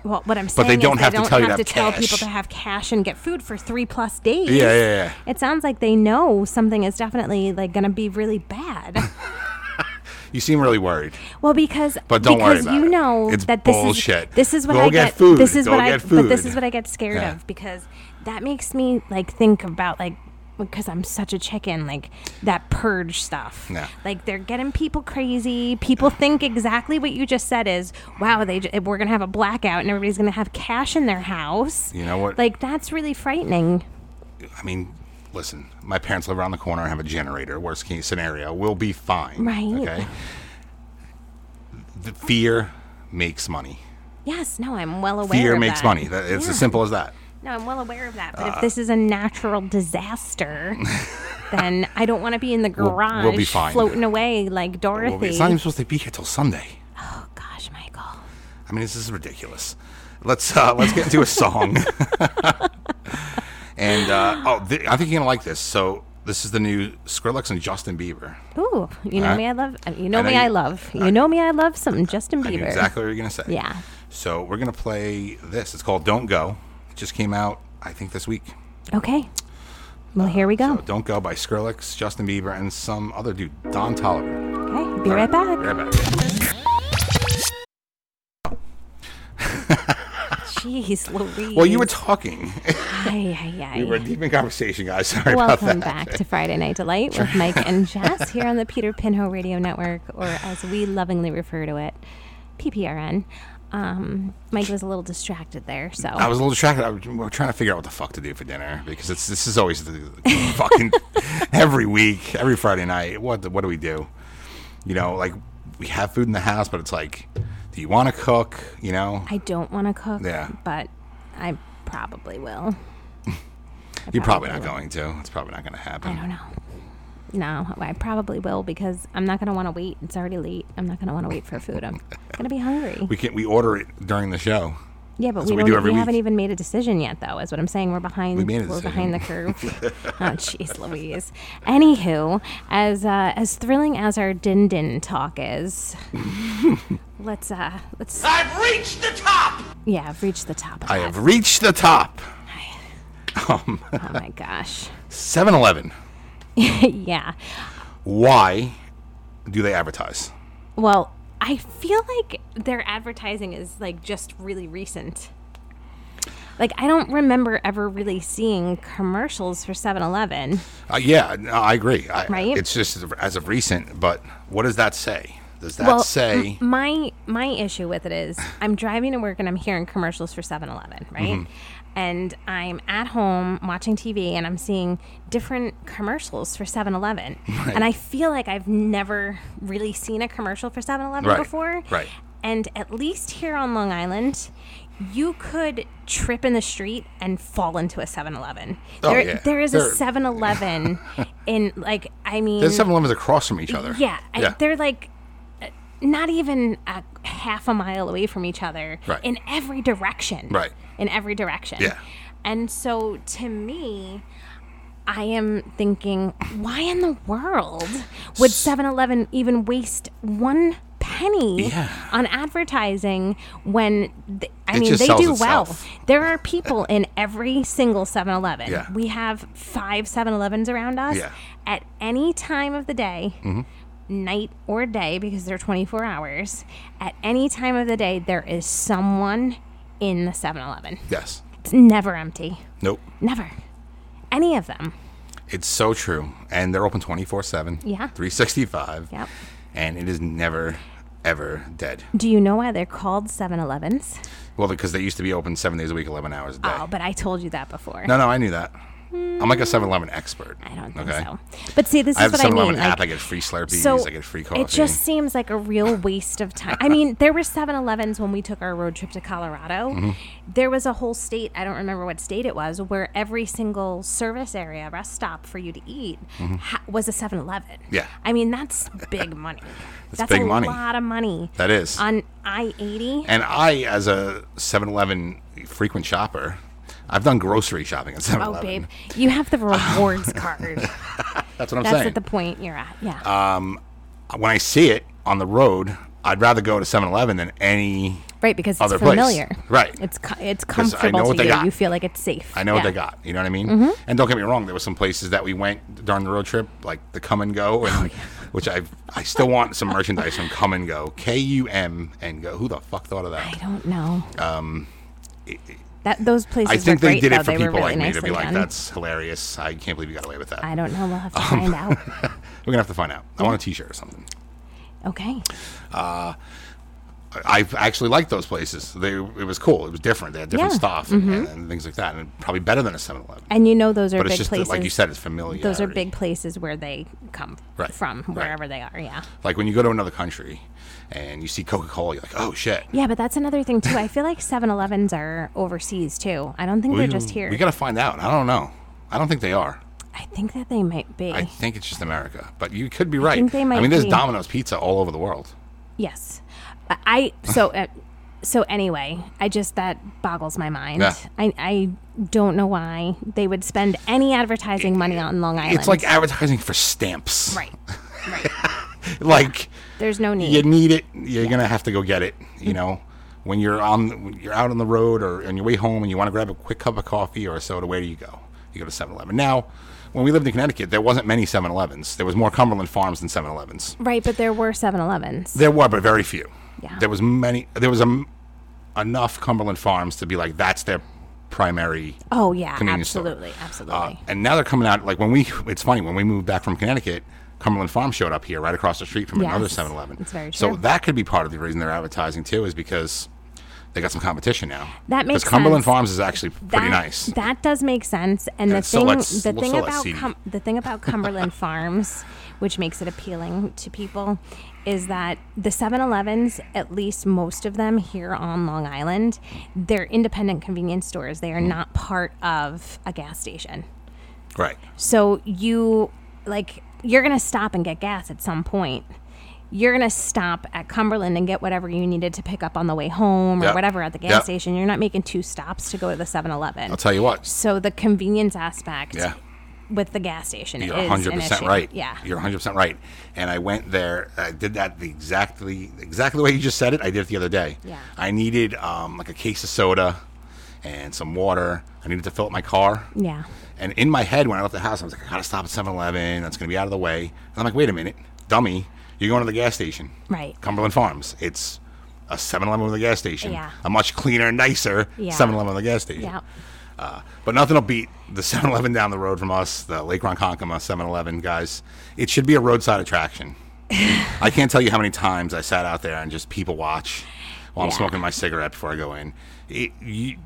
Speaker 3: Well, what I'm saying
Speaker 2: But they don't
Speaker 3: is
Speaker 2: have
Speaker 3: they
Speaker 2: to
Speaker 3: don't
Speaker 2: tell you
Speaker 3: have
Speaker 2: to
Speaker 3: to
Speaker 2: have
Speaker 3: tell
Speaker 2: cash.
Speaker 3: people to have cash and get food for three plus days.
Speaker 2: Yeah, yeah, yeah.
Speaker 3: It sounds like they know something is definitely like going to be really bad.
Speaker 2: You seem really worried.
Speaker 3: well, because
Speaker 2: But don't worry
Speaker 3: because
Speaker 2: about
Speaker 3: you
Speaker 2: it.
Speaker 3: know
Speaker 2: It's
Speaker 3: that this
Speaker 2: bullshit.
Speaker 3: is this is what
Speaker 2: Go
Speaker 3: I
Speaker 2: get
Speaker 3: get,
Speaker 2: food.
Speaker 3: This is
Speaker 2: Go
Speaker 3: what I
Speaker 2: get
Speaker 3: but this
Speaker 2: food.
Speaker 3: is what I get scared
Speaker 2: Yeah.
Speaker 3: of because that makes me like think about like because I'm such a chicken, like that purge stuff.
Speaker 2: Yeah.
Speaker 3: Like they're getting people crazy. People think exactly what you just said is, wow, they j- we're gonna have a blackout and everybody's gonna have cash in their house.
Speaker 2: You know what?
Speaker 3: Like that's really frightening.
Speaker 2: I mean, listen, my parents live around the corner and have a generator. Worst case scenario, we'll be fine.
Speaker 3: Right.
Speaker 2: Okay. The fear makes money.
Speaker 3: Yes, no, I'm well aware.
Speaker 2: Fear
Speaker 3: of
Speaker 2: makes
Speaker 3: that.
Speaker 2: money. That- It's
Speaker 3: Yeah.
Speaker 2: as simple as that.
Speaker 3: No, I'm well aware of that. But
Speaker 2: Uh,
Speaker 3: if this is a natural disaster, then I don't want to be in the
Speaker 2: We'll- we'll
Speaker 3: garage
Speaker 2: be fine.
Speaker 3: floating away like Dorothy.
Speaker 2: Well, it's not even supposed to be here till Sunday.
Speaker 3: oh gosh, Michael.
Speaker 2: I mean, this is ridiculous. Let's uh, let's get into a song. and uh, oh, th- I think you're gonna like this. So this is the new Skrillex and Justin Bieber.
Speaker 3: Ooh, you know
Speaker 2: Huh?
Speaker 3: me. I love. uh, You know
Speaker 2: I know
Speaker 3: me. I
Speaker 2: you-
Speaker 3: love. You know me. I love something Justin
Speaker 2: I knew
Speaker 3: Bieber.
Speaker 2: exactly what you're gonna say.
Speaker 3: Yeah.
Speaker 2: So we're gonna play this. It's called "Don't Go." It just came out, I think, this week.
Speaker 3: Okay. Well, here we go.
Speaker 2: So "Don't Go" by Skrillex, Justin Bieber, and some other dude, Don Tolliver.
Speaker 3: okay. Be right back.
Speaker 2: Right back.
Speaker 3: Jeez, Louise.
Speaker 2: Well, you were talking.
Speaker 3: Ay, ay, ay.
Speaker 2: we were deep in conversation, guys. Sorry
Speaker 3: Welcome
Speaker 2: about that.
Speaker 3: back to Friday Night Delight with Mike and Jess here on the Peter Pinho Radio Network, or as we lovingly refer to it, PPRN. Um, Mike was a little distracted there, so
Speaker 2: I was a little distracted. I was we were trying to figure out what the fuck to do for dinner because it's this is always the fucking every week, every Friday night. What the, what do we do? You know, like we have food in the house, but it's like, do you want to cook? You know,
Speaker 3: I don't want to cook,
Speaker 2: Yeah.
Speaker 3: but I probably will.
Speaker 2: you're probably not going to. It's probably not going to happen.
Speaker 3: I don't know. No, I probably will because I'm not going to want to wait. It's already late. I'm not going to want to wait for food. I'm going to be hungry.
Speaker 2: We can we order it during the show.
Speaker 3: Yeah, but
Speaker 2: That's
Speaker 3: we,
Speaker 2: what we
Speaker 3: don't,
Speaker 2: do every
Speaker 3: we
Speaker 2: week.
Speaker 3: haven't even made a decision yet, though. Is what I'm saying. We're behind.
Speaker 2: We made a
Speaker 3: are behind the curve. oh, jeez, Louise. Anywho, as uh, as thrilling as our din din talk is, let's uh, let's. I've reached the top. Yeah, I've reached the top. Of
Speaker 2: I
Speaker 3: that.
Speaker 2: have reached the top. Um,
Speaker 3: Oh my gosh.
Speaker 2: 7-Eleven.
Speaker 3: yeah.
Speaker 2: Why do they advertise?
Speaker 3: Well, I feel like their advertising is like just really recent. Like I don't remember ever really seeing commercials for 7-Eleven.
Speaker 2: Uh, yeah, no, I agree. I,
Speaker 3: Right?
Speaker 2: It's just as of recent, but what does that say? Does that
Speaker 3: Well,
Speaker 2: say?
Speaker 3: m- my my issue with it is I'm driving to work and I'm hearing commercials for 7-Eleven, right?
Speaker 2: Mm-hmm.
Speaker 3: And I'm at home watching TV and I'm seeing different commercials for 7-Eleven. And I feel like I've never really seen a commercial for 7-Eleven
Speaker 2: Right,
Speaker 3: before.
Speaker 2: right.
Speaker 3: And at least here on Long Island, you could trip in the street and fall into a 7-Eleven.
Speaker 2: Oh,
Speaker 3: there,
Speaker 2: yeah.
Speaker 3: there is a
Speaker 2: There-
Speaker 3: 7-Eleven in like I mean
Speaker 2: There's 7 Elevens across from each other.
Speaker 3: yeah, I-
Speaker 2: yeah.
Speaker 3: they're like uh, not even a half a mile away from each other
Speaker 2: Right.
Speaker 3: in every direction.
Speaker 2: Right.
Speaker 3: In every direction.
Speaker 2: Yeah.
Speaker 3: And so to me, I am thinking, why in the world would 7 Eleven even waste one penny
Speaker 2: Yeah.
Speaker 3: on advertising when, th- I
Speaker 2: It
Speaker 3: mean,
Speaker 2: just
Speaker 3: they
Speaker 2: sells
Speaker 3: do
Speaker 2: itself.
Speaker 3: well. There are people in every single 7 Eleven.
Speaker 2: Yeah.
Speaker 3: We have five 7 Elevens around us
Speaker 2: Yeah. Mm-hmm.
Speaker 3: at any time of the day, night or day, because they're 24 hours, at any time of the day, there is someone in the 7 Eleven.
Speaker 2: Yes.
Speaker 3: It's never empty.
Speaker 2: Nope.
Speaker 3: Never. Any of them.
Speaker 2: It's so true. And they're open 24 7.
Speaker 3: Yeah.
Speaker 2: 365.
Speaker 3: Yep.
Speaker 2: And it is never, ever dead.
Speaker 3: Do you know why they're called 7 Elevens?
Speaker 2: Well, because they used to be open seven days a week, 11 hours a day.
Speaker 3: Oh, but I told you that before.
Speaker 2: No, no, I knew that. I'm like a 7 Eleven expert.
Speaker 3: I don't think so. But see, this
Speaker 2: I have
Speaker 3: is
Speaker 2: the
Speaker 3: what I
Speaker 2: 7
Speaker 3: mean.
Speaker 2: Eleven app.
Speaker 3: like-
Speaker 2: I get free Slurpees. I get free coffee.
Speaker 3: It just seems like a real waste of time. I mean, there were 7-Elevens when we took our road trip to Colorado.
Speaker 2: Mm-hmm.
Speaker 3: There was a whole state, I don't remember what state it was, where every single service area, rest stop for you to eat ha- was a 7-Eleven.
Speaker 2: Mm-hmm. Yeah.
Speaker 3: I mean, that's big money. that's
Speaker 2: big
Speaker 3: a
Speaker 2: money.
Speaker 3: lot of money.
Speaker 2: that is.
Speaker 3: On I-80.
Speaker 2: and I, as a 7 Eleven frequent shopper, I've done grocery shopping at 7
Speaker 3: Oh,
Speaker 2: Eleven.
Speaker 3: babe, you have the rewards card.
Speaker 2: That's what I'm
Speaker 3: That's
Speaker 2: saying.
Speaker 3: at the point you're at. Yeah.
Speaker 2: Uh, when I see it on the road, I'd rather go to 7 Eleven than any.
Speaker 3: right, because it's
Speaker 2: other place.
Speaker 3: familiar.
Speaker 2: Right.
Speaker 3: It's co- it's
Speaker 2: I know
Speaker 3: comfortable
Speaker 2: what
Speaker 3: to
Speaker 2: they
Speaker 3: you.
Speaker 2: got.
Speaker 3: You feel like it's safe.
Speaker 2: I know what
Speaker 3: Yeah.
Speaker 2: they
Speaker 3: Mm-hmm.
Speaker 2: got. You know what I mean? And don't get me wrong, there were some places that we went during the road trip, like the Come and
Speaker 3: Oh,
Speaker 2: Go, and which I I still want some merchandise from Come and Go, K U M and Go. Who the fuck thought of
Speaker 3: I
Speaker 2: that?
Speaker 3: don't know. Um, that those places.
Speaker 2: I think
Speaker 3: were
Speaker 2: they
Speaker 3: great,
Speaker 2: did
Speaker 3: though.
Speaker 2: it for
Speaker 3: They were
Speaker 2: people
Speaker 3: really
Speaker 2: like me to
Speaker 3: nicely
Speaker 2: be like,
Speaker 3: done.
Speaker 2: "That's Um, hilarious! I can't believe you got away with that."
Speaker 3: I don't know. We'll have to find out.
Speaker 2: We're gonna have to find out. I want a T-shirt or something.
Speaker 3: Okay.
Speaker 2: I actually liked those places. They it was cool. It was different. They had different
Speaker 3: Yeah. Mm-hmm.
Speaker 2: stuff and, and, things like that, and probably better than a 7-Eleven.
Speaker 3: And you know those are
Speaker 2: But it's
Speaker 3: big
Speaker 2: just that,
Speaker 3: places.
Speaker 2: like you said, it's familiar.
Speaker 3: those are big places where they come
Speaker 2: Right,
Speaker 3: from,
Speaker 2: right.
Speaker 3: wherever they are. Yeah.
Speaker 2: Like when you go to another country and you see Coca Cola, you're like, oh shit.
Speaker 3: Yeah, but that's another thing too. I feel like 7-Elevens are overseas too. I don't think they're
Speaker 2: We-
Speaker 3: just here.
Speaker 2: We gotta find out. I don't know. I don't think they are.
Speaker 3: I think that they might be.
Speaker 2: I think it's just America, but you could be right. I,
Speaker 3: think they might
Speaker 2: mean, there's
Speaker 3: be.
Speaker 2: Domino's pizza all over the world.
Speaker 3: Yes. I I- so uh, so anyway, I just that boggles my mind.
Speaker 2: Yeah.
Speaker 3: I I don't know why they would spend any advertising money on Long Island.
Speaker 2: It's like advertising for stamps.
Speaker 3: right.
Speaker 2: Like
Speaker 3: There's no need.
Speaker 2: you need it. You're gonna have to go get it. You know, when you're on, when you're out on the road or on your way home, and you want to grab a quick cup of coffee or a soda. Where do you go? You go to 7-Eleven. Now, when we lived in Connecticut, there wasn't many 7-Elevens. There was more Cumberland Farms than 7-Elevens.
Speaker 3: right, but there were 7-Elevens.
Speaker 2: There were, but very few.
Speaker 3: Yeah.
Speaker 2: There was many. There was um enough Cumberland Farms to be like that's their primary.
Speaker 3: Oh yeah,
Speaker 2: Convenience store.
Speaker 3: absolutely, absolutely.
Speaker 2: Uh, and now they're coming out like when we. It's funny when we moved back from Connecticut, Cumberland Farm showed up here right across the street from another
Speaker 3: Yes,
Speaker 2: 7-Eleven.
Speaker 3: it's very
Speaker 2: So
Speaker 3: true.
Speaker 2: that could be part of the reason they're advertising too, is because they got some competition now.
Speaker 3: That makes
Speaker 2: because Cumberland
Speaker 3: sense.
Speaker 2: Farms is actually pretty
Speaker 3: that,
Speaker 2: nice.
Speaker 3: That does make sense. And the
Speaker 2: And so
Speaker 3: thing,
Speaker 2: let's-
Speaker 3: the
Speaker 2: so
Speaker 3: thing
Speaker 2: let's
Speaker 3: about
Speaker 2: see.
Speaker 3: Cum- the thing about Cumberland Farms, which makes it appealing to people, is that the 7-Elevens, at least most of them here on Long Island, they're independent convenience stores. They are
Speaker 2: Mm.
Speaker 3: not part of a gas station.
Speaker 2: right.
Speaker 3: So you like you're gonna stop and get gas at some point. You're gonna stop at Cumberland and get whatever you needed to pick up on the way home or
Speaker 2: Yep.
Speaker 3: whatever at the gas
Speaker 2: Yep.
Speaker 3: station. You're not making two stops to go to the 7-Eleven.
Speaker 2: I'll tell you what.
Speaker 3: So the convenience aspect
Speaker 2: Yeah.
Speaker 3: with the gas station
Speaker 2: You're
Speaker 3: is
Speaker 2: 100
Speaker 3: an
Speaker 2: percent
Speaker 3: issue.
Speaker 2: right.
Speaker 3: Yeah.
Speaker 2: you're 100 percent right. And I went there. I did that the exactly exactly the way you just said it. I did it the other day.
Speaker 3: Yeah.
Speaker 2: I needed um, like a case of soda and some water. I needed to fill up my car.
Speaker 3: yeah.
Speaker 2: And in my head, when I left the house, I was like, I gotta stop at 7-Eleven. That's gonna be out of the way. And I'm like, wait a minute, dummy, you're going to the gas station.
Speaker 3: Right.
Speaker 2: Cumberland Farms. It's a 7-Eleven with a gas station.
Speaker 3: Yeah.
Speaker 2: A much cleaner, nicer
Speaker 3: Yeah.
Speaker 2: 7-Eleven with a gas station.
Speaker 3: Yeah.
Speaker 2: Uh, but nothing will beat the 7-Eleven down the road from us, the Lake Ronkonkoma 7-Eleven guys. It should be a roadside attraction. I can't tell you how many times I sat out there and just people watch while
Speaker 3: Yeah.
Speaker 2: I'm smoking my cigarette before I go in. It, you,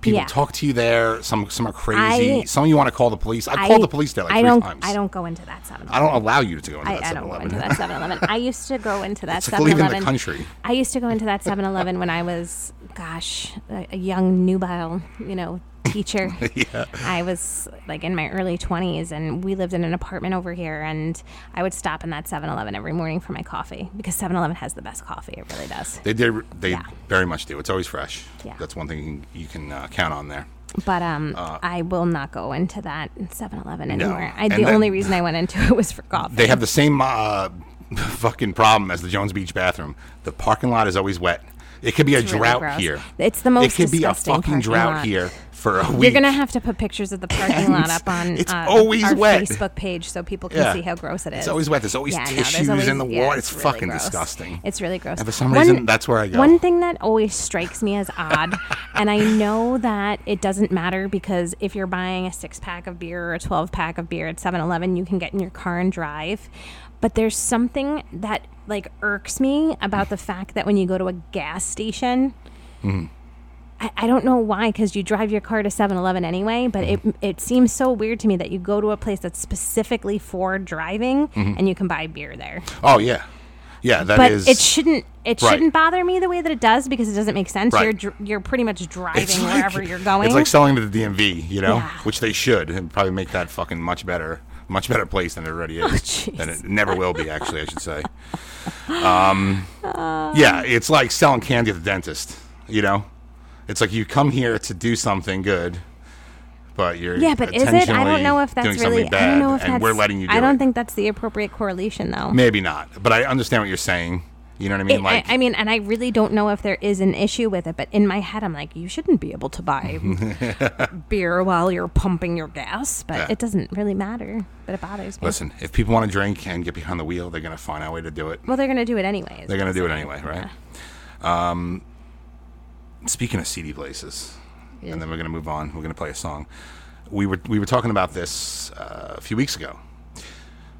Speaker 2: people
Speaker 3: Yeah.
Speaker 2: talk to you there. Some some are crazy.
Speaker 3: I-
Speaker 2: some you want to call the police. I, called the police there like
Speaker 3: I
Speaker 2: three
Speaker 3: don't.
Speaker 2: times.
Speaker 3: I don't go into that 7-Eleven.
Speaker 2: I don't allow you to go into
Speaker 3: I,
Speaker 2: that
Speaker 3: I
Speaker 2: 7
Speaker 3: don't go into
Speaker 2: Eleven.
Speaker 3: that 7-Eleven. I used to go into that
Speaker 2: It's like leaving the
Speaker 3: 7-Eleven.
Speaker 2: country.
Speaker 3: I used to go into that 7-Eleven when I was, gosh, a, a young nubile, you know, teacher. yeah. I was like in my early 20s and we lived in an apartment over here and I would stop in that 7-Eleven every morning for my coffee because 7-Eleven has the best coffee. It really does.
Speaker 2: They did. They
Speaker 3: Yeah.
Speaker 2: very much do. It's always fresh.
Speaker 3: Yeah.
Speaker 2: That's one thing you can uh, count on there.
Speaker 3: But um, I will not go into that 7-Eleven
Speaker 2: Uh. No.
Speaker 3: anymore. I,
Speaker 2: And
Speaker 3: the
Speaker 2: then-
Speaker 3: only reason I went into it was for coffee.
Speaker 2: They have the same uh, fucking problem as the Jones Beach bathroom. The parking lot is always wet. It could be a
Speaker 3: It's really
Speaker 2: drought
Speaker 3: gross.
Speaker 2: here.
Speaker 3: It's the most
Speaker 2: It could be a
Speaker 3: disgusting
Speaker 2: fucking
Speaker 3: parking
Speaker 2: drought
Speaker 3: lot.
Speaker 2: here for a week.
Speaker 3: You're gonna have to put pictures of the parking lot up on
Speaker 2: It's
Speaker 3: uh,
Speaker 2: always
Speaker 3: our
Speaker 2: wet.
Speaker 3: Facebook page so people can
Speaker 2: Yeah.
Speaker 3: see how gross it is.
Speaker 2: It's always wet. There's always
Speaker 3: I know. There's
Speaker 2: tissues in the
Speaker 3: always-
Speaker 2: water.
Speaker 3: yeah,
Speaker 2: It's,
Speaker 3: really
Speaker 2: fucking
Speaker 3: gross.
Speaker 2: disgusting.
Speaker 3: It's really gross.
Speaker 2: And for some reason, that's where I go.
Speaker 3: One thing that always strikes me as odd, and I know that it doesn't matter because if you're buying a six pack of beer or a 12 pack of beer at 7 Eleven, you can get in your car and drive. But there's something that like irks me about the fact that when you go to a gas station,
Speaker 2: Mm-hmm.
Speaker 3: I, I don't know why, because you drive your car to 7 Eleven anyway, but it,
Speaker 2: Mm-hmm.
Speaker 3: it seems so weird to me that you go to a place that's specifically for driving
Speaker 2: Mm-hmm.
Speaker 3: and you can buy beer there
Speaker 2: oh yeah, yeah. That
Speaker 3: but
Speaker 2: is.
Speaker 3: it shouldn't it
Speaker 2: Right.
Speaker 3: shouldn't bother me the way that it does because it doesn't make sense.
Speaker 2: Right.
Speaker 3: You're dr- you're pretty much driving
Speaker 2: It's like-
Speaker 3: wherever you're going.
Speaker 2: It's like selling to the DMV, you know,
Speaker 3: Yeah.
Speaker 2: which they should, and probably make that fucking much better, much better place than it already is,
Speaker 3: Oh, jeez.
Speaker 2: than it never will be. Actually, I should say. Um, yeah, it's like selling candy at the dentist. You know, it's like you come here to do something good, but you're
Speaker 3: yeah, but is it? I don't know if
Speaker 2: doing
Speaker 3: that's
Speaker 2: something
Speaker 3: really. I
Speaker 2: bad,
Speaker 3: don't know if
Speaker 2: and
Speaker 3: that's.
Speaker 2: we're letting you. Do
Speaker 3: I don't
Speaker 2: it.
Speaker 3: think that's the appropriate correlation, though.
Speaker 2: maybe not, but I understand what you're saying. You know what I mean?
Speaker 3: It- I, I mean, and I really don't know if there is an issue with it, but in my head, I'm like, you shouldn't be able to buy beer while you're pumping your gas, but
Speaker 2: Yeah.
Speaker 3: it doesn't really matter. But it bothers me.
Speaker 2: listen, if people want to drink and get behind the wheel, they're gonna find a way to do it.
Speaker 3: Well, they're gonna do it anyways.
Speaker 2: They're gonna do it anyway, right? Um, speaking of seedy places, and then we're gonna move on. We're gonna play a song. We were we were talking about this uh, a few weeks ago.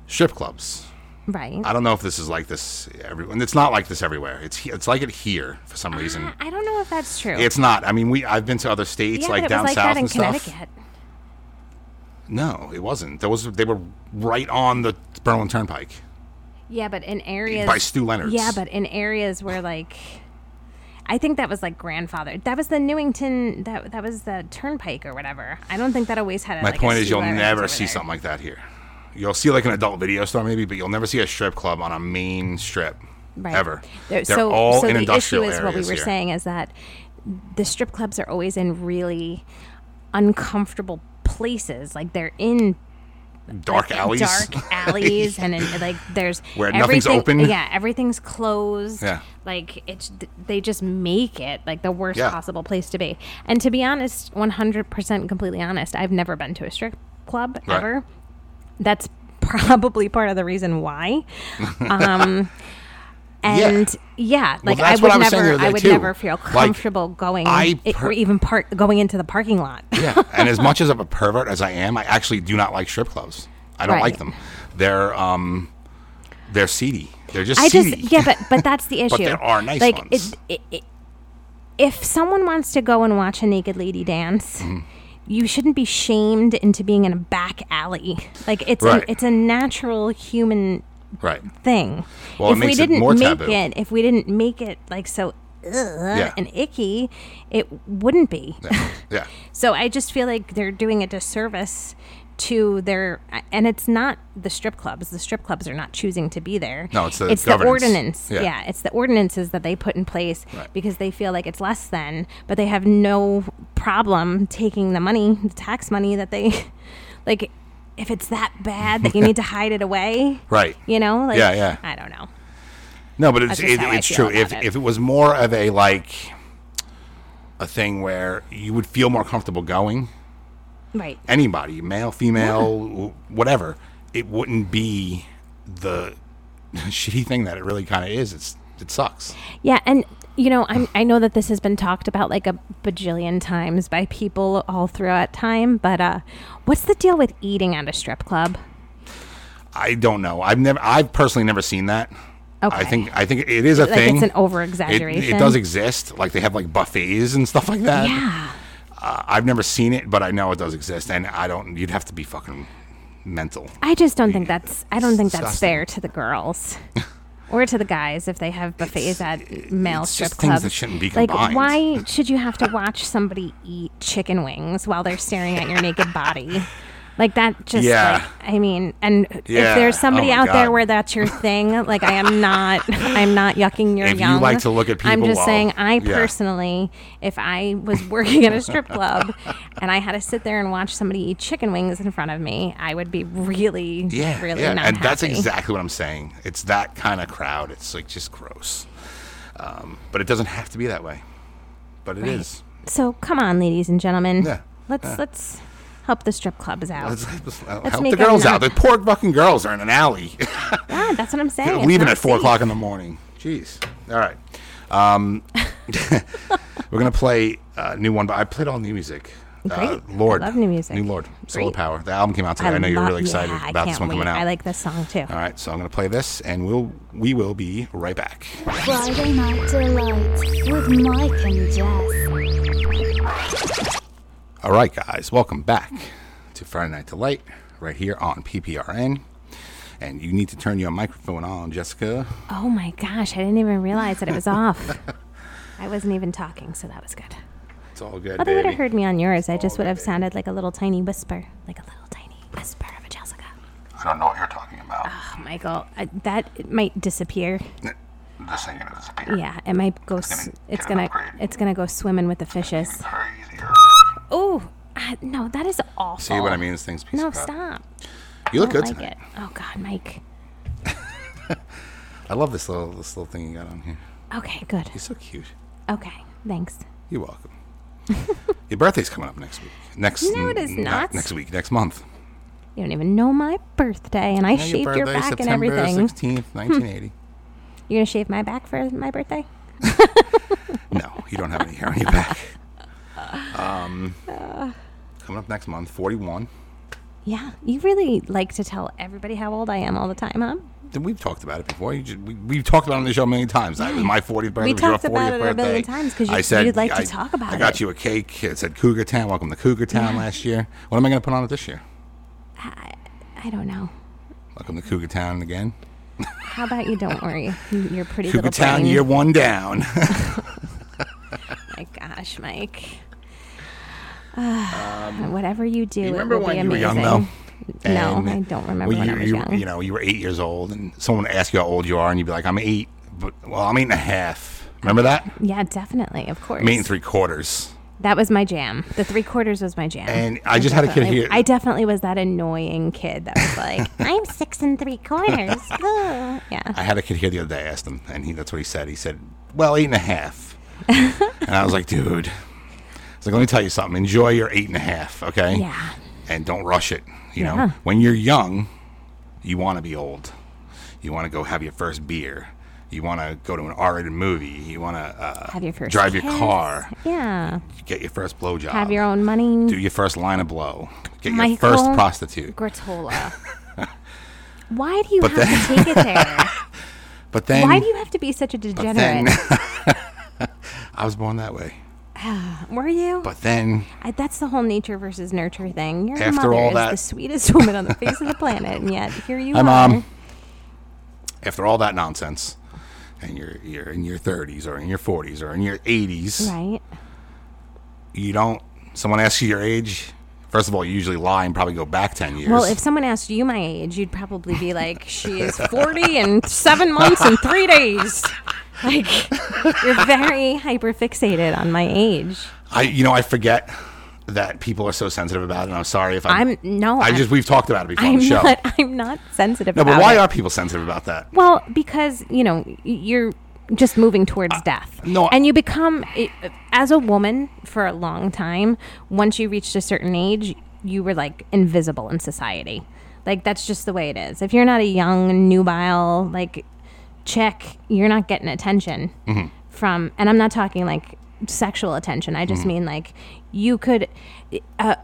Speaker 2: Strip clubs,
Speaker 3: Right.
Speaker 2: I don't know if this is like this every, and It's not like this everywhere. It's he- it's like it here for some reason.
Speaker 3: I I don't know if that's true.
Speaker 2: It's not. I mean, we I've been to other states
Speaker 3: Ah. yeah,
Speaker 2: like
Speaker 3: but it
Speaker 2: down
Speaker 3: was like
Speaker 2: south
Speaker 3: that in
Speaker 2: and stuff.
Speaker 3: Connecticut.
Speaker 2: No, it wasn't. There was they were right on the Berlin Turnpike
Speaker 3: Yeah, but in areas
Speaker 2: by Stu Leonard's.
Speaker 3: Yeah, but in areas where like I think that was like grandfathered. That was the Newington that that was the turnpike or whatever. I don't think that always had a,
Speaker 2: my
Speaker 3: like, a
Speaker 2: point is
Speaker 3: Stu
Speaker 2: you'll
Speaker 3: Leonard's
Speaker 2: never
Speaker 3: over
Speaker 2: see
Speaker 3: there.
Speaker 2: something like that here. You'll see like an adult video store maybe, but you'll never see a strip club on a main strip
Speaker 3: Right.
Speaker 2: ever.
Speaker 3: There-
Speaker 2: They're
Speaker 3: so,
Speaker 2: all
Speaker 3: so
Speaker 2: in
Speaker 3: the
Speaker 2: industrial
Speaker 3: issue is what we
Speaker 2: areas
Speaker 3: were
Speaker 2: here.
Speaker 3: saying is that the strip clubs are always in really uncomfortable places. Like they're in
Speaker 2: Dark alleys.
Speaker 3: dark alleys, and in, like there's
Speaker 2: Where nothing's
Speaker 3: everything-
Speaker 2: open.
Speaker 3: Yeah, everything's closed.
Speaker 2: Yeah.
Speaker 3: Like it's they just make it like the worst
Speaker 2: Yeah.
Speaker 3: possible place to be. And to be honest, one hundred percent, completely honest, I've never been to a strip club
Speaker 2: Right.
Speaker 3: ever. That's probably part of the reason why. Um, and yeah, like I
Speaker 2: that's
Speaker 3: would
Speaker 2: what I was saying the
Speaker 3: never,
Speaker 2: other
Speaker 3: I
Speaker 2: day,
Speaker 3: would
Speaker 2: too.
Speaker 3: never feel
Speaker 2: Like,
Speaker 3: comfortable going,
Speaker 2: I
Speaker 3: it-
Speaker 2: per-
Speaker 3: or even part going into the parking lot.
Speaker 2: yeah, and as much as of a pervert as I am, I actually do not like strip clubs. I don't
Speaker 3: Right.
Speaker 2: like them. They're um, they're seedy. They're just
Speaker 3: I
Speaker 2: seedy.
Speaker 3: just yeah, but but that's the issue.
Speaker 2: there are nice
Speaker 3: like,
Speaker 2: ones.
Speaker 3: It, it, it, if someone wants to go and watch a naked lady dance,
Speaker 2: Mm-hmm.
Speaker 3: you shouldn't be shamed into being in a back alley. Like it's
Speaker 2: Right.
Speaker 3: a, it's a natural human
Speaker 2: right.
Speaker 3: thing.
Speaker 2: Well, it
Speaker 3: if we
Speaker 2: makes it
Speaker 3: didn't
Speaker 2: more
Speaker 3: make
Speaker 2: taboo.
Speaker 3: it, if we didn't make it like so ugh, and icky, it wouldn't be.
Speaker 2: Yeah. yeah.
Speaker 3: So I just feel like they're doing a disservice to their and it's not the strip clubs the strip clubs are not choosing to be there
Speaker 2: No, it's the
Speaker 3: the
Speaker 2: governance.
Speaker 3: ordinance yeah.
Speaker 2: Yeah.
Speaker 3: it's the ordinances that they put in place
Speaker 2: Right.
Speaker 3: because they feel like it's less than but they have no problem taking the money the tax money that they like if it's that bad that you need to hide it away
Speaker 2: Right.
Speaker 3: you know like
Speaker 2: Yeah, yeah.
Speaker 3: i don't know
Speaker 2: No, but it's
Speaker 3: just
Speaker 2: it,
Speaker 3: how I
Speaker 2: it's
Speaker 3: feel
Speaker 2: true.
Speaker 3: about
Speaker 2: If
Speaker 3: it.
Speaker 2: if it was more of a like a thing where you would feel more comfortable going,
Speaker 3: right
Speaker 2: anybody, male, female, wh- whatever, it wouldn't be the shitty thing that it really kind of is. It's it sucks.
Speaker 3: Yeah, and you know, I'm, I know that this has been talked about like a bajillion times by people all throughout time, but uh, what's the deal with eating at a strip club?
Speaker 2: I don't know. I've never. I've personally never seen that. I
Speaker 3: Okay.
Speaker 2: think I think it is a
Speaker 3: Like
Speaker 2: thing.
Speaker 3: it's an over
Speaker 2: It,
Speaker 3: exaggeration.
Speaker 2: it does exist. Like they have like buffets and stuff like that.
Speaker 3: Yeah.
Speaker 2: Uh, I've never seen it, but I know it does exist, and I don't. You'd have to be fucking mental.
Speaker 3: I just don't think that's I don't think that's
Speaker 2: Disgusting.
Speaker 3: fair to the girls. Or to the guys if they have buffets at male
Speaker 2: it's
Speaker 3: strip
Speaker 2: just things
Speaker 3: clubs.
Speaker 2: that shouldn't be
Speaker 3: Like,
Speaker 2: combined.
Speaker 3: why should you have to watch somebody eat chicken wings while they're staring at your naked body? Like that just
Speaker 2: Yeah.
Speaker 3: like I mean, and if
Speaker 2: Yeah.
Speaker 3: there's
Speaker 2: Oh
Speaker 3: somebody
Speaker 2: my
Speaker 3: out there
Speaker 2: God.
Speaker 3: where that's your thing, like I am not I'm not yucking your
Speaker 2: If you
Speaker 3: young.
Speaker 2: like to look at
Speaker 3: I'm
Speaker 2: people
Speaker 3: just
Speaker 2: while-
Speaker 3: saying I
Speaker 2: yeah.
Speaker 3: personally, if I was working at a strip club and I had to sit there and watch somebody eat chicken wings in front of me, I would be really
Speaker 2: Yeah,
Speaker 3: really
Speaker 2: yeah,
Speaker 3: not
Speaker 2: and that's
Speaker 3: happy.
Speaker 2: exactly what I'm saying. It's that kind of crowd. It's like just gross. Um, but it doesn't have to be that way. But it is.
Speaker 3: So come on, ladies and gentlemen.
Speaker 2: Yeah,
Speaker 3: Let's let's help the strip clubs out.
Speaker 2: Let's, let's help
Speaker 3: make
Speaker 2: the
Speaker 3: it
Speaker 2: girls
Speaker 3: not-
Speaker 2: out. The poor fucking girls are in an alley.
Speaker 3: yeah, Ah, that's what I'm saying. It's
Speaker 2: leaving
Speaker 3: not
Speaker 2: at four
Speaker 3: safe.
Speaker 2: o'clock in the morning. Jeez. All right. Um, we're gonna play a new one, but I played all new music. Uh,
Speaker 3: Great. I
Speaker 2: Lord,
Speaker 3: love new music.
Speaker 2: New Lord, Solar
Speaker 3: Great.
Speaker 2: Power. The album came out today. I, know you're
Speaker 3: love-
Speaker 2: really excited
Speaker 3: yeah, I
Speaker 2: about this one
Speaker 3: can't
Speaker 2: coming
Speaker 3: wait.
Speaker 2: out. Uh.
Speaker 3: I like this song too.
Speaker 2: all right, so I'm gonna play this, and we'll we will be right back.
Speaker 1: Friday Night Delight with Mike and Jess.
Speaker 2: All right, guys, welcome back to Friday Night Delight, right here on PPRN. And you need to turn your microphone on, Jessica.
Speaker 3: Oh my gosh, I didn't even realize that it was off. I wasn't even talking, so that was good.
Speaker 2: It's all good,
Speaker 3: Well, they would have
Speaker 2: baby.
Speaker 3: heard me on yours. I just would have sounded like a little tiny whisper, like a little tiny whisper of a Jessica.
Speaker 2: I don't know what you're talking about.
Speaker 3: Oh, Michael, I, that it might disappear.
Speaker 2: This thing gonna disappear.
Speaker 3: Yeah, it might go. s- It's gonna. It's gonna go swimming with the fishes.
Speaker 2: Crazier.
Speaker 3: Oh I- no, that is awful.
Speaker 2: See what I mean? This thing's a piece
Speaker 3: No,
Speaker 2: of crap.
Speaker 3: stop.
Speaker 2: You look
Speaker 3: I
Speaker 2: good
Speaker 3: like
Speaker 2: tonight.
Speaker 3: it. Oh God, Mike.
Speaker 2: I love this little this little thing you got on here.
Speaker 3: Okay, good.
Speaker 2: You're so cute.
Speaker 3: Okay, thanks.
Speaker 2: You're welcome. Your birthday's coming up next week. Next
Speaker 3: No, it is
Speaker 2: n-
Speaker 3: not.
Speaker 2: Next week. Next month.
Speaker 3: You don't even know my birthday, and I
Speaker 2: Yeah,
Speaker 3: shaved your
Speaker 2: birthday's
Speaker 3: back and
Speaker 2: September
Speaker 3: everything.
Speaker 2: 16th, 1980.
Speaker 3: You're gonna shave my back for my birthday?
Speaker 2: no, you don't have any hair on your back. Um, coming up next month, 41.
Speaker 3: Yeah, you really like to tell everybody how old I am all the time, huh?
Speaker 2: then we've talked about it before. You just, we, we've talked about it on the show a million times. That was my 40th birthday.
Speaker 3: We
Speaker 2: it was your
Speaker 3: talked about
Speaker 2: 40th
Speaker 3: it a
Speaker 2: birthday.
Speaker 3: million times 'cause you-
Speaker 2: I said,
Speaker 3: you'd like to
Speaker 2: I-
Speaker 3: talk about
Speaker 2: I got
Speaker 3: it.
Speaker 2: you a cake. It said Cougar Town. Welcome to Cougar Town last year. What am I going to put on it this year?
Speaker 3: I don't know.
Speaker 2: Welcome to Cougar Town again.
Speaker 3: How about you? Don't worry. You're pretty
Speaker 2: Cougar
Speaker 3: little
Speaker 2: Town,
Speaker 3: brain.
Speaker 2: year one down.
Speaker 3: My gosh, Mike. Ah, whatever you do,
Speaker 2: Um, you
Speaker 3: it
Speaker 2: remember
Speaker 3: will
Speaker 2: when
Speaker 3: be
Speaker 2: you were
Speaker 3: amazing.
Speaker 2: young, though?
Speaker 3: No,
Speaker 2: And
Speaker 3: I don't remember
Speaker 2: well,
Speaker 3: when
Speaker 2: you,
Speaker 3: I was
Speaker 2: you-
Speaker 3: young.
Speaker 2: You know, you were eight years old, and someone asked you how old you are, and you'd be like, "I'm eight, but well, I'm eight and a half." Remember that?
Speaker 3: yeah, definitely, of course.
Speaker 2: I'm eight and three quarters.
Speaker 3: that was my jam. The three quarters was my jam.
Speaker 2: And I just had a kid
Speaker 3: Definitely-
Speaker 2: here.
Speaker 3: I definitely was that annoying kid that was like, I'm six and three quarters. Ooh." yeah.
Speaker 2: I had a kid here the other day. I asked him, and he, that's what he said. He said, "Well, eight and a half," and I was like, "Dude." I was like, let me tell you something. Enjoy your eight and a half, okay?
Speaker 3: Yeah. Uh-huh.
Speaker 2: And don't rush it. You
Speaker 3: Yeah.
Speaker 2: know, when you're young, you want to be old. You want to go have your first beer. You want to go to an R-rated movie. You want to uh,
Speaker 3: Have your first
Speaker 2: drive your
Speaker 3: kiss.
Speaker 2: car. Um,
Speaker 3: Yeah.
Speaker 2: Get your first blowjob.
Speaker 3: Have your own money.
Speaker 2: do your first line of blow. Get your
Speaker 3: Michael
Speaker 2: first prostitute.
Speaker 3: Gratola. Why do you
Speaker 2: But
Speaker 3: have to take it there?
Speaker 2: But then,
Speaker 3: Why do you have to be such a degenerate?
Speaker 2: then I was born that way.
Speaker 3: Were you?
Speaker 2: But then
Speaker 3: I, that's the whole nature versus nurture thing. Your
Speaker 2: After
Speaker 3: mother
Speaker 2: all
Speaker 3: is the
Speaker 2: that-
Speaker 3: sweetest woman on the face of the planet, and yet here you
Speaker 2: Hi,
Speaker 3: are.
Speaker 2: Mom. after all that nonsense, and you're you're in your 30s or in your 40s or in your 80s,
Speaker 3: Right?
Speaker 2: you don't. Someone asks you your age. First of all, you usually lie and probably go back 10 years.
Speaker 3: Well, if someone asked you my age, you'd probably be like, "She is forty and seven months and three days." Like you're very hyper fixated on my age.
Speaker 2: I you know I forget that people are so sensitive about it. And I'm sorry if I'm.
Speaker 3: I'm no.
Speaker 2: I
Speaker 3: I'm-
Speaker 2: just we've talked about it before on
Speaker 3: I'm
Speaker 2: the show.
Speaker 3: not. I'm not sensitive.
Speaker 2: no,
Speaker 3: about
Speaker 2: but why
Speaker 3: it.
Speaker 2: are people sensitive about that?
Speaker 3: Well, because you know y- you're just moving towards death.
Speaker 2: no, I-
Speaker 3: and you become i- as a woman for a long time. Once you reached a certain age, you were like invisible in society. Like that's just the way it is. If you're not a young, nubile like chick, you're not getting attention
Speaker 2: Mm-hmm.
Speaker 3: from. And I'm not talking like sexual attention. I
Speaker 2: Mm-hmm.
Speaker 3: just mean like you could uh,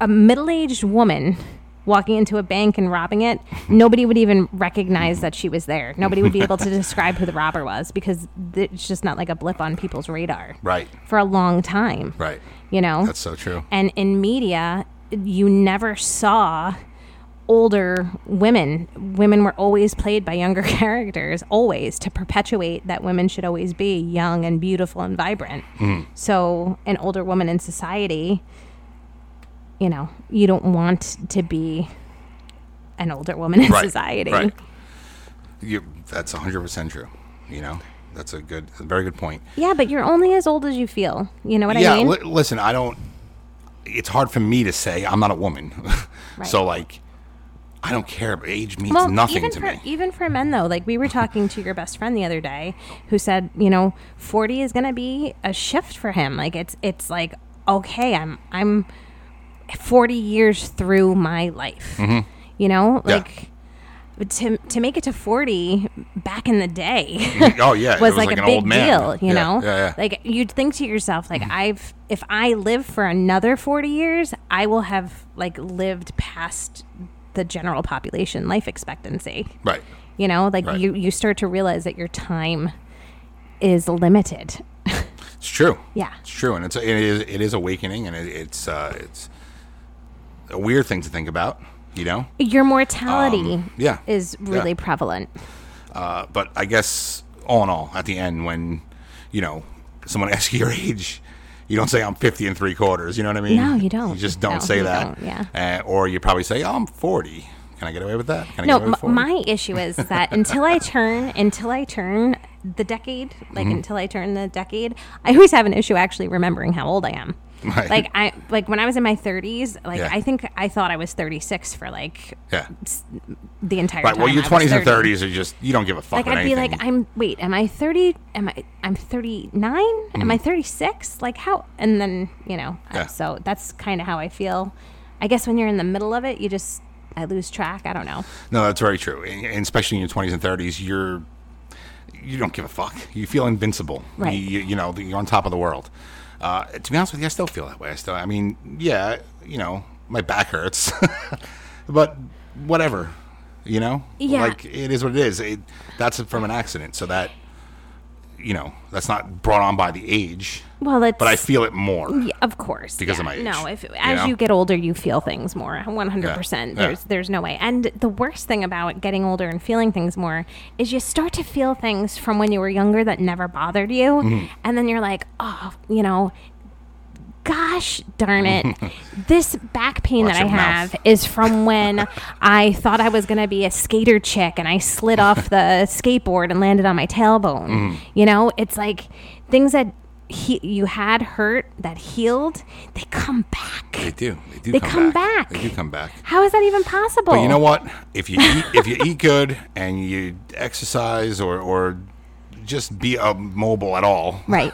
Speaker 3: a middle-aged woman walking into a bank and robbing it, nobody would even recognize that she was there. Nobody would be able to describe who the robber was because th- it's just not like a blip on people's radar
Speaker 2: Right,
Speaker 3: for a long time.
Speaker 2: right.
Speaker 3: You know?
Speaker 2: That's so true.
Speaker 3: and in media, you never saw older women. Women were always played by younger characters, always to perpetuate that women should always be young and beautiful and vibrant.
Speaker 2: Mm.
Speaker 3: So, an older woman in society, you know, you don't want to be an older woman in
Speaker 2: right,
Speaker 3: society.
Speaker 2: Right. You, that's 100 percent true. You know, that's a good, a very good point.
Speaker 3: Yeah, but you're only as old as you feel. You know what
Speaker 2: yeah,
Speaker 3: I mean?
Speaker 2: li- listen, I don't. It's hard for me to say I'm not a woman, so like, I don't care. Age means nothing
Speaker 3: even
Speaker 2: to
Speaker 3: for,
Speaker 2: me.
Speaker 3: Even for men, though, like we were talking to your best friend the other day, who said, you know, forty is going to be a shift for him. Like it's it's like okay, I'm I'm forty years through my life. You know,
Speaker 2: Mm-hmm. Yeah.
Speaker 3: like to to make it to forty back in the day.
Speaker 2: oh yeah, it
Speaker 3: e-, was, like, a
Speaker 2: an
Speaker 3: big
Speaker 2: old man.
Speaker 3: deal, you
Speaker 2: Yeah,
Speaker 3: know?
Speaker 2: Yeah, Mm-hmm. yeah.
Speaker 3: Like you'd think to yourself, like I've if I live for another forty years, I will have like lived past the general population life expectancy.
Speaker 2: right.
Speaker 3: You know, like
Speaker 2: Right.
Speaker 3: you you start to realize that your time is limited.
Speaker 2: It's true.
Speaker 3: Yeah.
Speaker 2: it's true, and it's it is it is awakening, and it, it's uh, it's a weird thing to think about. You know,
Speaker 3: Your mortality
Speaker 2: Um, yeah.
Speaker 3: is
Speaker 2: Yeah.
Speaker 3: really prevalent.
Speaker 2: Uh, but I guess all in all, at the end, when you know someone asks you your age, you don't say I'm 50 and three quarters. You know what I mean?
Speaker 3: No, you don't.
Speaker 2: You just don't
Speaker 3: No,
Speaker 2: say
Speaker 3: you
Speaker 2: that.
Speaker 3: don't, yeah.
Speaker 2: Uh, or you probably say oh, I'm 40. Can I get away with that? Can I
Speaker 3: No,
Speaker 2: get away with
Speaker 3: m- my issue is that until I turn, until I turn the decade, like
Speaker 2: Mm-hmm.
Speaker 3: until I turn the decade, I always have an issue actually remembering how old I am.
Speaker 2: Right.
Speaker 3: Like I, like when I was in my 30s, like
Speaker 2: Yeah.
Speaker 3: I think I thought I was 36 for like
Speaker 2: yeah.
Speaker 3: the entire
Speaker 2: Right.
Speaker 3: time.
Speaker 2: Well, your
Speaker 3: I was
Speaker 2: 20s and
Speaker 3: 30.
Speaker 2: 30s are just you don't give a fuck.
Speaker 3: Like
Speaker 2: about
Speaker 3: I'd be
Speaker 2: anything.
Speaker 3: like, I'm wait, am I thirty? Am I I'm thirty nine? Am I thirty six? Like how? And then you know,
Speaker 2: Mm-hmm.
Speaker 3: uh,
Speaker 2: Yeah.
Speaker 3: so that's kind of how I feel. I guess when you're in the middle of it, you just I lose track. I don't know.
Speaker 2: No, that's very true. And, and especially in your 20s and 30s, you're you don't give a fuck. You feel invincible.
Speaker 3: Right.
Speaker 2: You, you, you know, you're on top of the world. Uh, to be honest with you, I still feel that way. I still, I mean, yeah, you know, my back hurts, but whatever. You know,
Speaker 3: Yeah.
Speaker 2: like it is what it is. It, that's from an accident, so that you know that's not brought on by the age,
Speaker 3: Well, it's
Speaker 2: but I feel it more.
Speaker 3: Yeah, of course.
Speaker 2: Because of
Speaker 3: yeah.
Speaker 2: my age,
Speaker 3: No, if
Speaker 2: you
Speaker 3: as
Speaker 2: know?
Speaker 3: you get older, you feel things more. One hundred
Speaker 2: Yeah,
Speaker 3: percent.
Speaker 2: yeah.
Speaker 3: There's there's no way. And the worst thing about getting older and feeling things more is you start to feel things from when you were younger that never bothered you,
Speaker 2: Mm-hmm.
Speaker 3: and then you're like, oh, you know. Gosh darn it. this back pain
Speaker 2: Watch
Speaker 3: that I
Speaker 2: your mouth.
Speaker 3: have is from when I thought I was going to be a skater chick and I slid off the skateboard and landed on my tailbone.
Speaker 2: Mm-hmm.
Speaker 3: You know, it's like things that he- you had hurt that healed, they come
Speaker 2: They
Speaker 3: back.
Speaker 2: do. They do.
Speaker 3: They
Speaker 2: come,
Speaker 3: come
Speaker 2: back.
Speaker 3: back.
Speaker 2: They do come back.
Speaker 3: How is that even possible?
Speaker 2: But you know what? If you eat, if you eat good and you exercise or or just be uh, mobile at all,
Speaker 3: Right.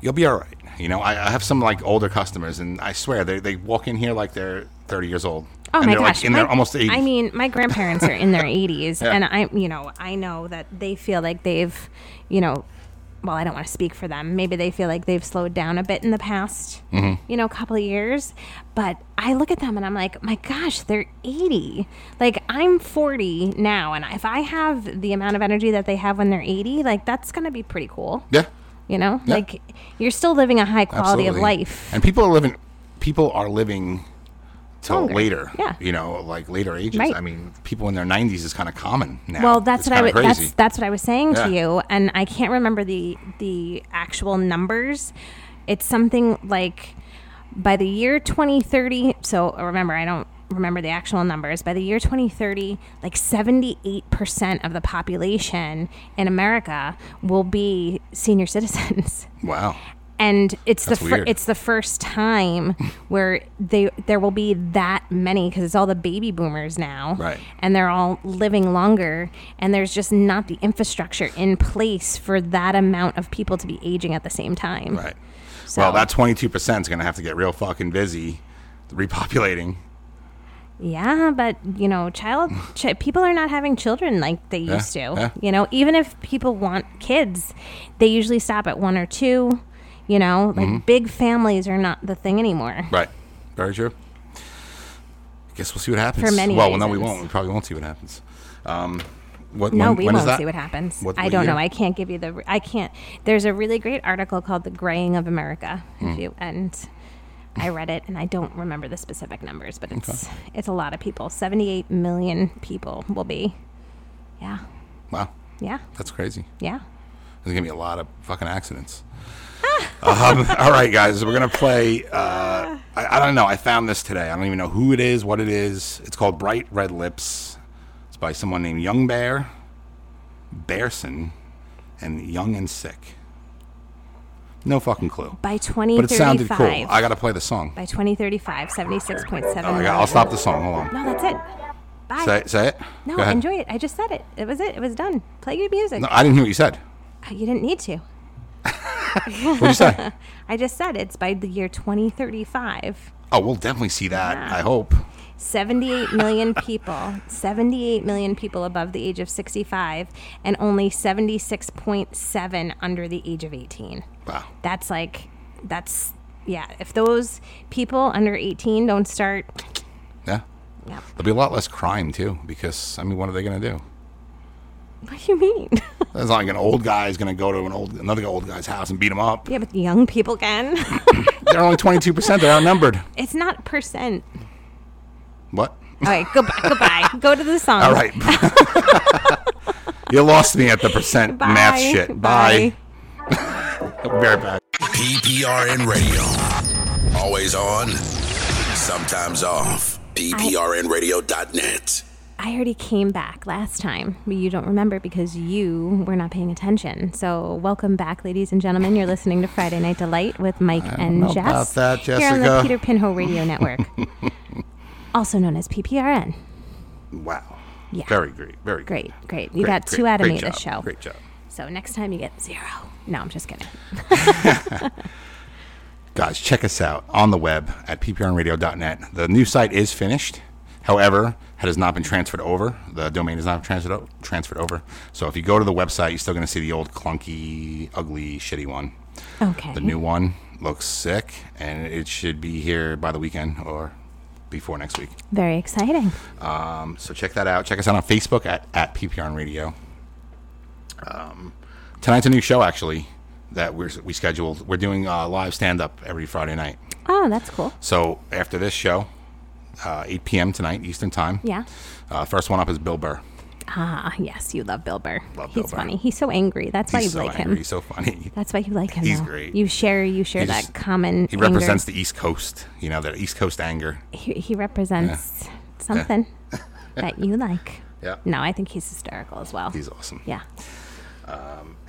Speaker 2: you'll be all right. You know, I, I have some like older customers, and I swear they they walk in here like they're thirty years old.
Speaker 3: Oh
Speaker 2: and
Speaker 3: my
Speaker 2: they're
Speaker 3: gosh!
Speaker 2: Like in
Speaker 3: my-
Speaker 2: their almost eighty.
Speaker 3: I mean, my grandparents are in their 80s,
Speaker 2: Yeah.
Speaker 3: and I, you know, I know that they feel like they've, you know, well, I don't want to speak for them. Maybe they feel like they've slowed down a bit in the past,
Speaker 2: Mm-hmm.
Speaker 3: you know, couple of years. But I look at them and I'm like, my gosh, they're 80. Like I'm 40 now, and if I have the amount of energy that they have when they're 80, like that's gonna be pretty cool.
Speaker 2: yeah,
Speaker 3: You know,
Speaker 2: Yeah.
Speaker 3: like you're still living a high quality
Speaker 2: absolutely.
Speaker 3: of life.
Speaker 2: And people are living. People are living till
Speaker 3: Longer.
Speaker 2: later.
Speaker 3: Yeah.
Speaker 2: You know, like later ages.
Speaker 3: Right.
Speaker 2: I mean, people in their nineties is kind of common now.
Speaker 3: Well, that's
Speaker 2: It's
Speaker 3: what I was.
Speaker 2: kinda
Speaker 3: That's
Speaker 2: crazy.
Speaker 3: that's what I was saying
Speaker 2: Yeah.
Speaker 3: to you, and I can't remember the the actual numbers. It's something like by the year 2030. So remember, I don't remember the actual numbers. By the year 2030, like 78 percent of the population in America will be senior citizens
Speaker 2: wow.
Speaker 3: and it's
Speaker 2: That's
Speaker 3: the fir-
Speaker 2: weird.
Speaker 3: it's the first time where they there will be that many because it's all the baby boomers now,
Speaker 2: Right.
Speaker 3: And they're all living longer, and there's just not the infrastructure in place for that amount of people to be aging at the same time.
Speaker 2: Right.
Speaker 3: So-
Speaker 2: Well, that twenty two percent is going to have to get real fucking busy repopulating.
Speaker 3: Yeah, but you know, child chi- people are not having children like they
Speaker 2: Yeah,
Speaker 3: used to.
Speaker 2: yeah.
Speaker 3: You know, even if people want kids, they usually stop at one or two. You know, like
Speaker 2: Mm-hmm.
Speaker 3: big families are not the thing anymore.
Speaker 2: Right. Very true. I guess we'll see what happens.
Speaker 3: For many
Speaker 2: well, no, we
Speaker 3: reasons.
Speaker 2: won't. We probably won't see what happens. Um, what,
Speaker 3: No,
Speaker 2: when-
Speaker 3: we
Speaker 2: when is
Speaker 3: won't
Speaker 2: that?
Speaker 3: see what happens.
Speaker 2: What-
Speaker 3: I
Speaker 2: what
Speaker 3: don't
Speaker 2: year?
Speaker 3: know. I can't give you the. I can't. There's a really great article called "The Graying of America,"
Speaker 2: Hmm.
Speaker 3: if you, and I read it, and I don't remember the specific numbers, but it's it's a lot of people. Seventy-eight million people will be. Yeah,
Speaker 2: Wow,
Speaker 3: yeah,
Speaker 2: that's crazy.
Speaker 3: yeah.
Speaker 2: There's gonna be a lot of fucking accidents. um, all right, guys, we're gonna play. Uh, I, I don't know. I found this today. I don't even know who it is, what it is. It's called Bright Red Lips. It's by someone named Young Bear, Bearson, and Young and Sick. No fucking clue.
Speaker 3: By twenty
Speaker 2: But it sounded cool.
Speaker 3: thirty-five.
Speaker 2: I gotta play the song.
Speaker 3: By twenty thirty-five, seventy-six point seven.
Speaker 2: Oh my god, I'll stop the song. Hold on.
Speaker 3: No, that's it. Bye.
Speaker 2: Say, say it.
Speaker 3: no,
Speaker 2: Go ahead.
Speaker 3: enjoy it. I just said it. It was it. It was done. Play your music.
Speaker 2: No, I didn't hear what you said.
Speaker 3: You didn't need to.
Speaker 2: What'd you say?
Speaker 3: I just said it's by the year 2035.
Speaker 2: oh, we'll definitely see that.
Speaker 3: Yeah.
Speaker 2: I hope.
Speaker 3: 78 million people, 78 million people above the age of 65, and only 76.7 under the age of 18.
Speaker 2: Wow.
Speaker 3: That's like, that's, yeah, if those people under 18 don't start,
Speaker 2: Yeah.
Speaker 3: yeah.
Speaker 2: There'll be a lot less crime too, because I mean, what are they gonna do?
Speaker 3: What do you mean?
Speaker 2: It's not like an old guy's gonna go to an old another old guy's house and beat him up.
Speaker 3: yeah, but young people can.
Speaker 2: They're only twenty two percent. They're outnumbered.
Speaker 3: it's not percent.
Speaker 2: What?
Speaker 3: All right, goodbye, goodbye. Go to the song.
Speaker 2: All right. you lost me at the percent
Speaker 3: Bye.
Speaker 2: math shit. Bye. We'll be right back.
Speaker 4: PPRN Radio. Always on, sometimes off. PPRNradio.net.
Speaker 3: I already came back last time. but You don't remember because you were not paying attention. So, welcome back, ladies and gentlemen. You're listening to Friday Night Delight with Mike and
Speaker 2: know
Speaker 3: Jess.
Speaker 2: about that,
Speaker 3: Here on
Speaker 2: Jessica.
Speaker 3: the Peter Pinhole Radio Network, also known as PPRN.
Speaker 2: Wow.
Speaker 3: Yeah.
Speaker 2: Very great. Very good.
Speaker 3: Great, great. You
Speaker 2: Great,
Speaker 3: got two
Speaker 2: great,
Speaker 3: out of
Speaker 2: great
Speaker 3: me
Speaker 2: job,
Speaker 3: this show.
Speaker 2: Great job.
Speaker 3: So, next time you get zero. No, I'm just kidding.
Speaker 2: Guys, check us out on the web at pprnradio.net. The new site is finished. However, it has not been transferred over. The domain is not transferred, o- transferred over. So if you go to the website, you're still going to see the old clunky, ugly, shitty one.
Speaker 3: Okay.
Speaker 2: The new one looks sick, and it should be here by the weekend or before next week.
Speaker 3: Very exciting.
Speaker 2: Um, so check that out. Check us out on Facebook at, at PPRN Radio. Um, tonight's a new show, actually, that we're, we scheduled. We're doing uh, live stand up every Friday night.
Speaker 3: Oh, that's cool.
Speaker 2: So after this show, uh, 8 p.m. tonight, Eastern Time.
Speaker 3: Yeah.
Speaker 2: Uh, first one up is Bill Burr.
Speaker 3: Ah, yes, you love Bill Burr.
Speaker 2: Love
Speaker 3: he's
Speaker 2: Bill Burr.
Speaker 3: funny. He's so angry. That's why you
Speaker 2: He's so
Speaker 3: like
Speaker 2: angry.
Speaker 3: him.
Speaker 2: He's so funny.
Speaker 3: That's why you like him.
Speaker 2: He's
Speaker 3: though.
Speaker 2: great.
Speaker 3: You share you share
Speaker 2: He's-
Speaker 3: that common.
Speaker 2: He
Speaker 3: anger.
Speaker 2: represents the East Coast, you know, that East Coast anger.
Speaker 3: He, he represents something that you like.
Speaker 2: Yeah.
Speaker 3: No, I think he's hysterical as well.
Speaker 2: He's awesome.
Speaker 3: yeah.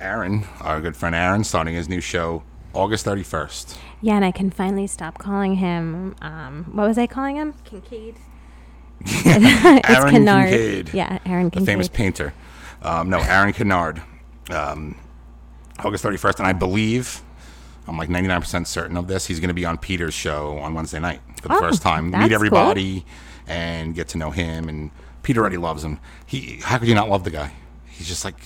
Speaker 2: Aaron, our good friend Aaron, starting his new show August 31st.
Speaker 3: Yeah, and I can finally stop calling him. Um, what was I calling him? Kincaid. It's
Speaker 2: Aaron
Speaker 3: Kennard.
Speaker 2: Kincaid.
Speaker 3: Yeah, Aaron
Speaker 2: the
Speaker 3: Kincaid.
Speaker 2: famous painter. Um, no, Aaron Kennard, um, August 31st. And I believe, I'm like 99% certain of this, he's going to be on Peter's show on Wednesday night for the
Speaker 3: Oh,
Speaker 2: first time.
Speaker 3: that's
Speaker 2: Meet
Speaker 3: cool.
Speaker 2: everybody and get to know him. And Peter already loves him. He, how could you not love the guy? He's just like,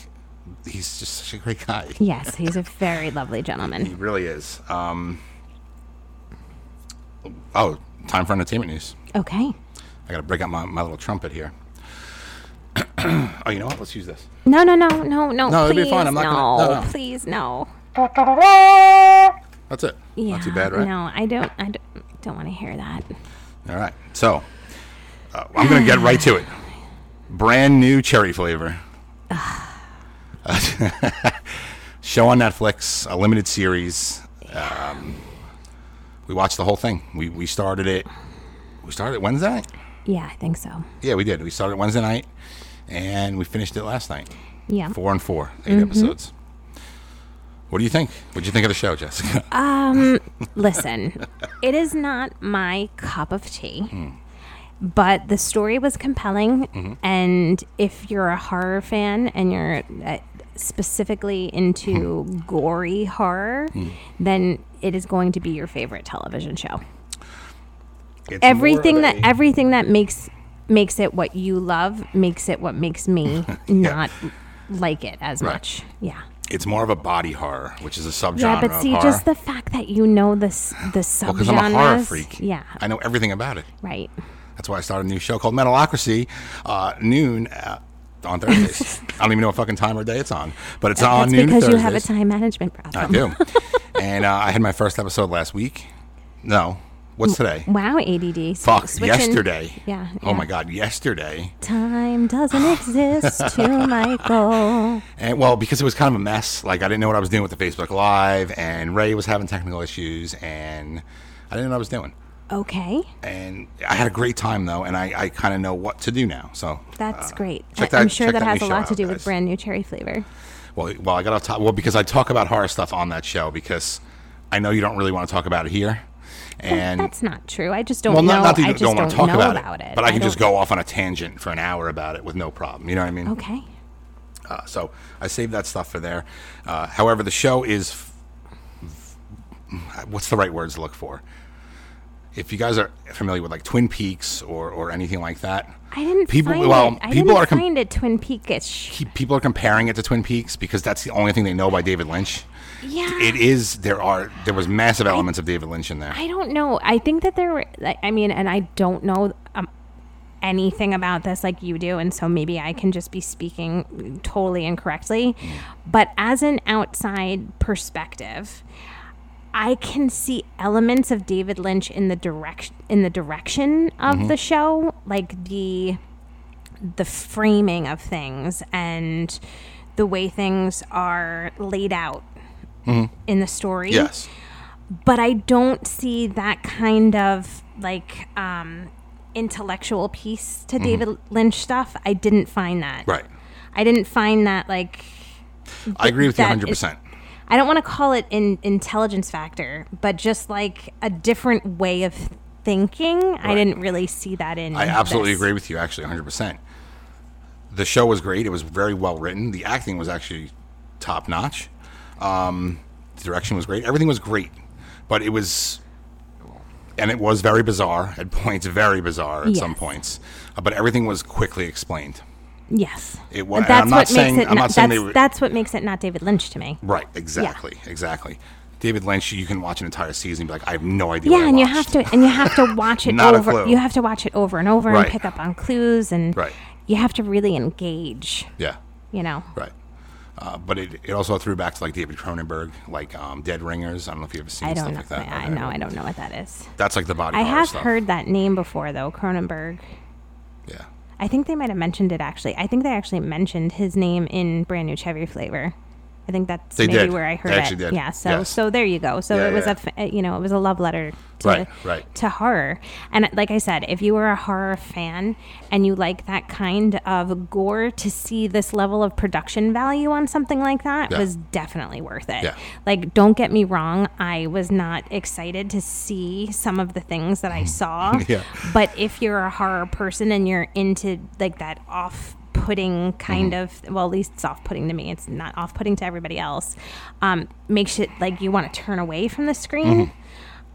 Speaker 2: he's just such a great guy.
Speaker 3: Yes, he's a very lovely
Speaker 2: He
Speaker 3: gentleman.
Speaker 2: really is. Um, oh, time for entertainment news.
Speaker 3: Okay.
Speaker 2: I got to break out my, my little trumpet here. oh, you know what? Let's use this.
Speaker 3: No, no, no, no, no.
Speaker 2: No,
Speaker 3: please,
Speaker 2: it'll be fine. I'm not
Speaker 3: no,
Speaker 2: gonna- no, no.
Speaker 3: please, no.
Speaker 2: That's it.
Speaker 3: Yeah,
Speaker 2: Not too bad, right?
Speaker 3: No, I don't. I don't, don't want to hear that.
Speaker 2: All right. So uh, I'm going to get right to it. Brand new cherry flavor. Show on Netflix, a limited series. Um, we watched the whole thing. We, we started it. We started it Wednesday night?
Speaker 3: Yeah, I think so.
Speaker 2: Yeah, we did. We started Wednesday night, and we finished it last night.
Speaker 3: Yeah.
Speaker 2: Four and four, 8
Speaker 3: Mm-hmm.
Speaker 2: episodes. What do you think? What do you think of the show, Jessica?
Speaker 3: Uh, Listen, it is not my cup of tea, but the story was compelling. And if you're a horror fan and you're uh, specifically into gory horror, then it is going to be your favorite television show.
Speaker 2: It's
Speaker 3: everything
Speaker 2: more of
Speaker 3: that
Speaker 2: a-
Speaker 3: everything that makes makes it what you love makes it what makes me not like it as
Speaker 2: Right.
Speaker 3: much. Yeah.
Speaker 2: it's more of a body horror, which is a subgenre.
Speaker 3: Yeah, but
Speaker 2: of
Speaker 3: see,
Speaker 2: horror.
Speaker 3: just the fact that you know this the subgenres.
Speaker 2: because I'm a horror freak.
Speaker 3: Yeah,
Speaker 2: I know everything about it.
Speaker 3: right.
Speaker 2: That's why I started a new show called Metalocracy, uh, noon uh, on Thursdays. I don't even know what fucking time or day it's on, but it's on
Speaker 3: Uh, That's
Speaker 2: noon
Speaker 3: because you
Speaker 2: Thursdays.
Speaker 3: have a time management
Speaker 2: I
Speaker 3: problem.
Speaker 2: do. and uh, I had my first episode last week. No, what's today?
Speaker 3: Wow, ADD. So
Speaker 2: Fuck,
Speaker 3: switching-
Speaker 2: yesterday.
Speaker 3: Yeah,
Speaker 2: Oh
Speaker 3: yeah.
Speaker 2: my God, yesterday.
Speaker 3: Time doesn't exist to Michael.
Speaker 2: And well, because it was kind of a mess. Like I didn't know what I was doing with the Facebook Live, and Ray was having technical issues, and I didn't know what I was doing.
Speaker 3: Okay,
Speaker 2: And I had a great time though, and I, I kind of know what to do now. So
Speaker 3: that's
Speaker 2: uh,
Speaker 3: great.
Speaker 2: check
Speaker 3: I- I'm
Speaker 2: that-
Speaker 3: sure
Speaker 2: check
Speaker 3: that,
Speaker 2: that
Speaker 3: has a
Speaker 2: new
Speaker 3: lot
Speaker 2: show
Speaker 3: to do
Speaker 2: out,
Speaker 3: with
Speaker 2: guys.
Speaker 3: brand new cherry flavor.
Speaker 2: Well, well, I got to talk. Well, because I talk about horror stuff on that show because I know you don't really want to talk about it here, and
Speaker 3: That's not true. I just don't
Speaker 2: well,
Speaker 3: know.
Speaker 2: not, not that you
Speaker 3: I just
Speaker 2: don't
Speaker 3: don't
Speaker 2: want to talk
Speaker 3: know
Speaker 2: about,
Speaker 3: about
Speaker 2: it, but I can just
Speaker 3: don't-
Speaker 2: go off on a tangent for an hour about it with no problem. You know what I mean?
Speaker 3: Okay.
Speaker 2: Uh, so I saved that stuff for there. Uh, however, the show is f- f- what's the right words to look for? If you guys are familiar with like Twin Peaks or, or anything like that,
Speaker 3: I didn't
Speaker 2: people
Speaker 3: find
Speaker 2: well
Speaker 3: it. I
Speaker 2: people
Speaker 3: didn't
Speaker 2: are com-
Speaker 3: find it Twin Peakish.
Speaker 2: pe- people are comparing it to Twin Peaks because that's the only thing they know by David Lynch.
Speaker 3: Yeah.
Speaker 2: It is there are there was massive elements of David Lynch in there.
Speaker 3: I don't know. I think that there were. I I mean, and I don't know um, anything about this like you do, and so maybe I can just be speaking totally incorrectly. But as an outside perspective, I can see elements of David Lynch in the direction in the direction of the show, like the the framing of things and the way things are laid out in the story
Speaker 2: yes.
Speaker 3: but I don't see that kind of like um, intellectual piece to David Lynch stuff. I didn't find that.
Speaker 2: Mm-hmm. Right.
Speaker 3: I didn't find that like
Speaker 2: I agree with you
Speaker 3: that is-
Speaker 2: 100%.
Speaker 3: I don't want to call it an intelligence factor, but just like a different way of thinking. I
Speaker 2: Right.
Speaker 3: didn't really see that in.
Speaker 2: I absolutely
Speaker 3: this.
Speaker 2: agree with you, actually, 100%. The show was great. It was very well written. The acting was actually top notch. Um, the direction was great. Everything was great. But it was, and it was very bizarre at points, very bizarre at some
Speaker 3: Yes.
Speaker 2: points. Uh, but everything was quickly explained.
Speaker 3: Yes,
Speaker 2: It wa-
Speaker 3: But
Speaker 2: and I'm not
Speaker 3: what makes
Speaker 2: saying-
Speaker 3: it
Speaker 2: I'm not saying they
Speaker 3: that's,
Speaker 2: were-
Speaker 3: that's what makes it not David Lynch to me.
Speaker 2: Right, exactly, exactly. David Lynch, you can watch an entire season and be like, I have no idea. what
Speaker 3: Yeah,
Speaker 2: I
Speaker 3: and you
Speaker 2: watched.
Speaker 3: have to and you have to watch it
Speaker 2: Not a
Speaker 3: over.
Speaker 2: clue.
Speaker 3: You have to watch it over and over
Speaker 2: Right.
Speaker 3: and pick up on clues and
Speaker 2: Right.
Speaker 3: you have to really engage.
Speaker 2: Yeah,
Speaker 3: You know.
Speaker 2: right. Uh, but it, it also threw back to like David Cronenberg, like um, Dead Ringers. I don't know if you've ever seen
Speaker 3: I
Speaker 2: stuff
Speaker 3: don't know.
Speaker 2: like that.
Speaker 3: I
Speaker 2: Okay.
Speaker 3: know. I don't know what that is.
Speaker 2: That's like the body.
Speaker 3: I
Speaker 2: horror
Speaker 3: have
Speaker 2: stuff.
Speaker 3: heard that name before though, Cronenberg.
Speaker 2: Yeah.
Speaker 3: I think they might have mentioned it actually. I think they actually mentioned his name in brand new Chevy flavor. I think that's
Speaker 2: They
Speaker 3: maybe
Speaker 2: did.
Speaker 3: where I
Speaker 2: They
Speaker 3: heard
Speaker 2: actually
Speaker 3: it.
Speaker 2: did.
Speaker 3: Yeah. So
Speaker 2: Yes.
Speaker 3: so there you go. So
Speaker 2: Yeah,
Speaker 3: it was
Speaker 2: yeah.
Speaker 3: a f a you know it was a love letter to
Speaker 2: Right, right.
Speaker 3: to horror. And like I said, if you were a horror fan and you like that kind of gore to see this level of production value on something like that
Speaker 2: Yeah.
Speaker 3: was definitely worth it.
Speaker 2: Yeah.
Speaker 3: Like don't get me wrong, I was not excited to see some of the things that I saw.
Speaker 2: Mm. Yeah.
Speaker 3: But if you're a horror person and you're into like that off putting kind
Speaker 2: Mm-hmm.
Speaker 3: of well at least it's off putting to me it's not off putting to everybody else um makes it like you want to turn away from the screen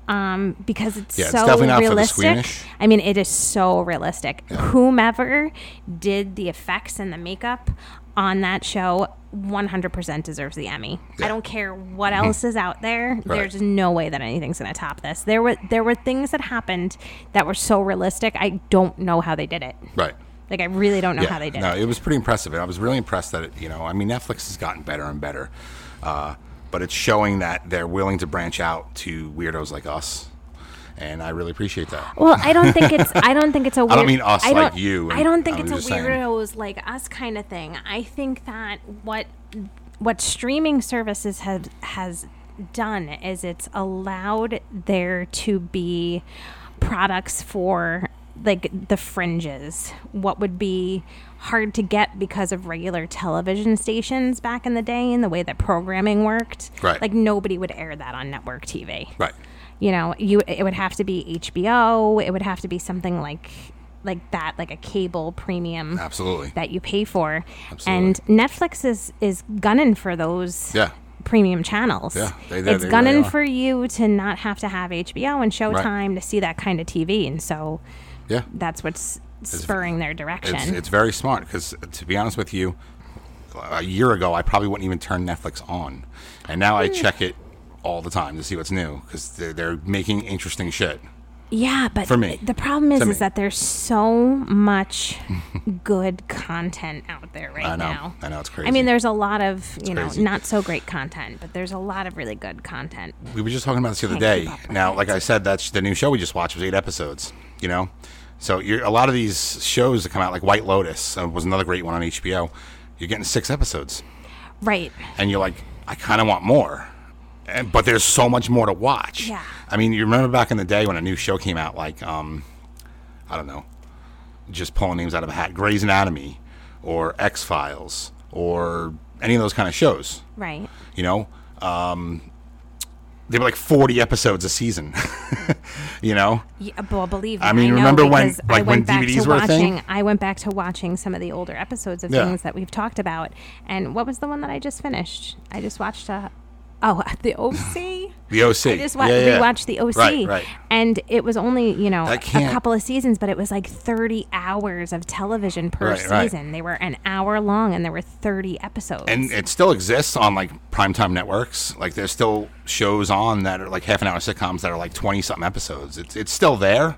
Speaker 3: um because it's
Speaker 2: Mm-hmm. Yeah, it's
Speaker 3: so
Speaker 2: definitely not for the
Speaker 3: realistic
Speaker 2: squeamish.
Speaker 3: i mean it is so realistic whomever did the effects and the makeup on that show 100% deserves the emmy i don't care what else is out there there's no way that anything's going to top this there were there were things that happened that were so realistic i don't know how they did it
Speaker 2: Right.
Speaker 3: like i really don't know how they did
Speaker 2: no,
Speaker 3: it
Speaker 2: it was pretty impressive, and I was really impressed that it, you know, I mean, Netflix has gotten better and better, uh, but it's showing that they're willing to branch out to weirdos like us, and I really appreciate that.
Speaker 3: Well, I don't think it's. I don't think it's a. Weird,
Speaker 2: don't mean us,
Speaker 3: I don't-
Speaker 2: like you,
Speaker 3: I
Speaker 2: and-
Speaker 3: don't think
Speaker 2: I'm
Speaker 3: it's a
Speaker 2: just saying.
Speaker 3: weirdos like us kind of thing. I think that what what streaming services have has done is it's allowed there to be products for like the fringes what would be hard to get because of regular television stations back in the day and the way that programming worked
Speaker 2: Right.
Speaker 3: like nobody would air that on network tv
Speaker 2: Right.
Speaker 3: you know you it would have to be hbo it would have to be something like like that like a cable premium
Speaker 2: Absolutely.
Speaker 3: that you pay for
Speaker 2: Absolutely.
Speaker 3: and netflix is is gunning for those
Speaker 2: Yeah.
Speaker 3: premium channels
Speaker 2: Yeah, they- they-
Speaker 3: it's
Speaker 2: they really
Speaker 3: gunning
Speaker 2: are.
Speaker 3: for you to not have to have hbo and showtime to see that kind of tv and so
Speaker 2: Yeah.
Speaker 3: that's what's spurring their direction
Speaker 2: It's, it's very smart because, to be honest with you, a year ago I probably wouldn't even turn Netflix on, and now I check it all the time to see what's new because they're, they're making interesting shit.
Speaker 3: Yeah, but
Speaker 2: For me.
Speaker 3: the problem is
Speaker 2: To me.
Speaker 3: is that there's so much good content out there right
Speaker 2: I know.
Speaker 3: now.
Speaker 2: I know, it's
Speaker 3: I
Speaker 2: crazy.
Speaker 3: mean, there's a lot of you know
Speaker 2: crazy.
Speaker 3: not so great content, but there's a lot of really good content.
Speaker 2: we were just talking about this the other
Speaker 3: Can't keep
Speaker 2: day.
Speaker 3: up with
Speaker 2: Now,
Speaker 3: it.
Speaker 2: like I said, that's the new show we just watched was eight episodes. You know, so you're, a lot of these shows that come out, like White Lotus, uh, was another great one on HBO. You're getting six episodes,
Speaker 3: Right.
Speaker 2: and you're like, I kind of want more, and, but there's so much more to watch.
Speaker 3: Yeah.
Speaker 2: I mean, you remember back in the day when a new show came out, like, um, I don't know, just pulling names out of a hat, Grey's Anatomy, or X Files, or any of those kind of shows
Speaker 3: Right.
Speaker 2: you know um they were like 40 episodes a season you know
Speaker 3: Yeah, uh, well, believe me.
Speaker 2: I mean,
Speaker 3: know
Speaker 2: remember when-
Speaker 3: because I
Speaker 2: like,
Speaker 3: went
Speaker 2: when
Speaker 3: back
Speaker 2: DVDs
Speaker 3: to
Speaker 2: were a
Speaker 3: watching,
Speaker 2: thing?
Speaker 3: I went back to watching some of the older episodes of
Speaker 2: Yeah.
Speaker 3: things that we've talked about. And what was the one that I just finished? I just watched a. Oh, the OC.
Speaker 2: the oc
Speaker 3: I just wa-
Speaker 2: Yeah, yeah.
Speaker 3: rewatched the OC,
Speaker 2: right, right
Speaker 3: and it was only you know
Speaker 2: I
Speaker 3: a
Speaker 2: can't-
Speaker 3: couple of seasons, but it was like thirty hours of television per
Speaker 2: Right, right.
Speaker 3: season. They were an hour long, and there were thirty episodes.
Speaker 2: and it still exists on like primetime networks like there's still shows on that are like half an hour sitcoms that are like 20 something episodes it's, it's still there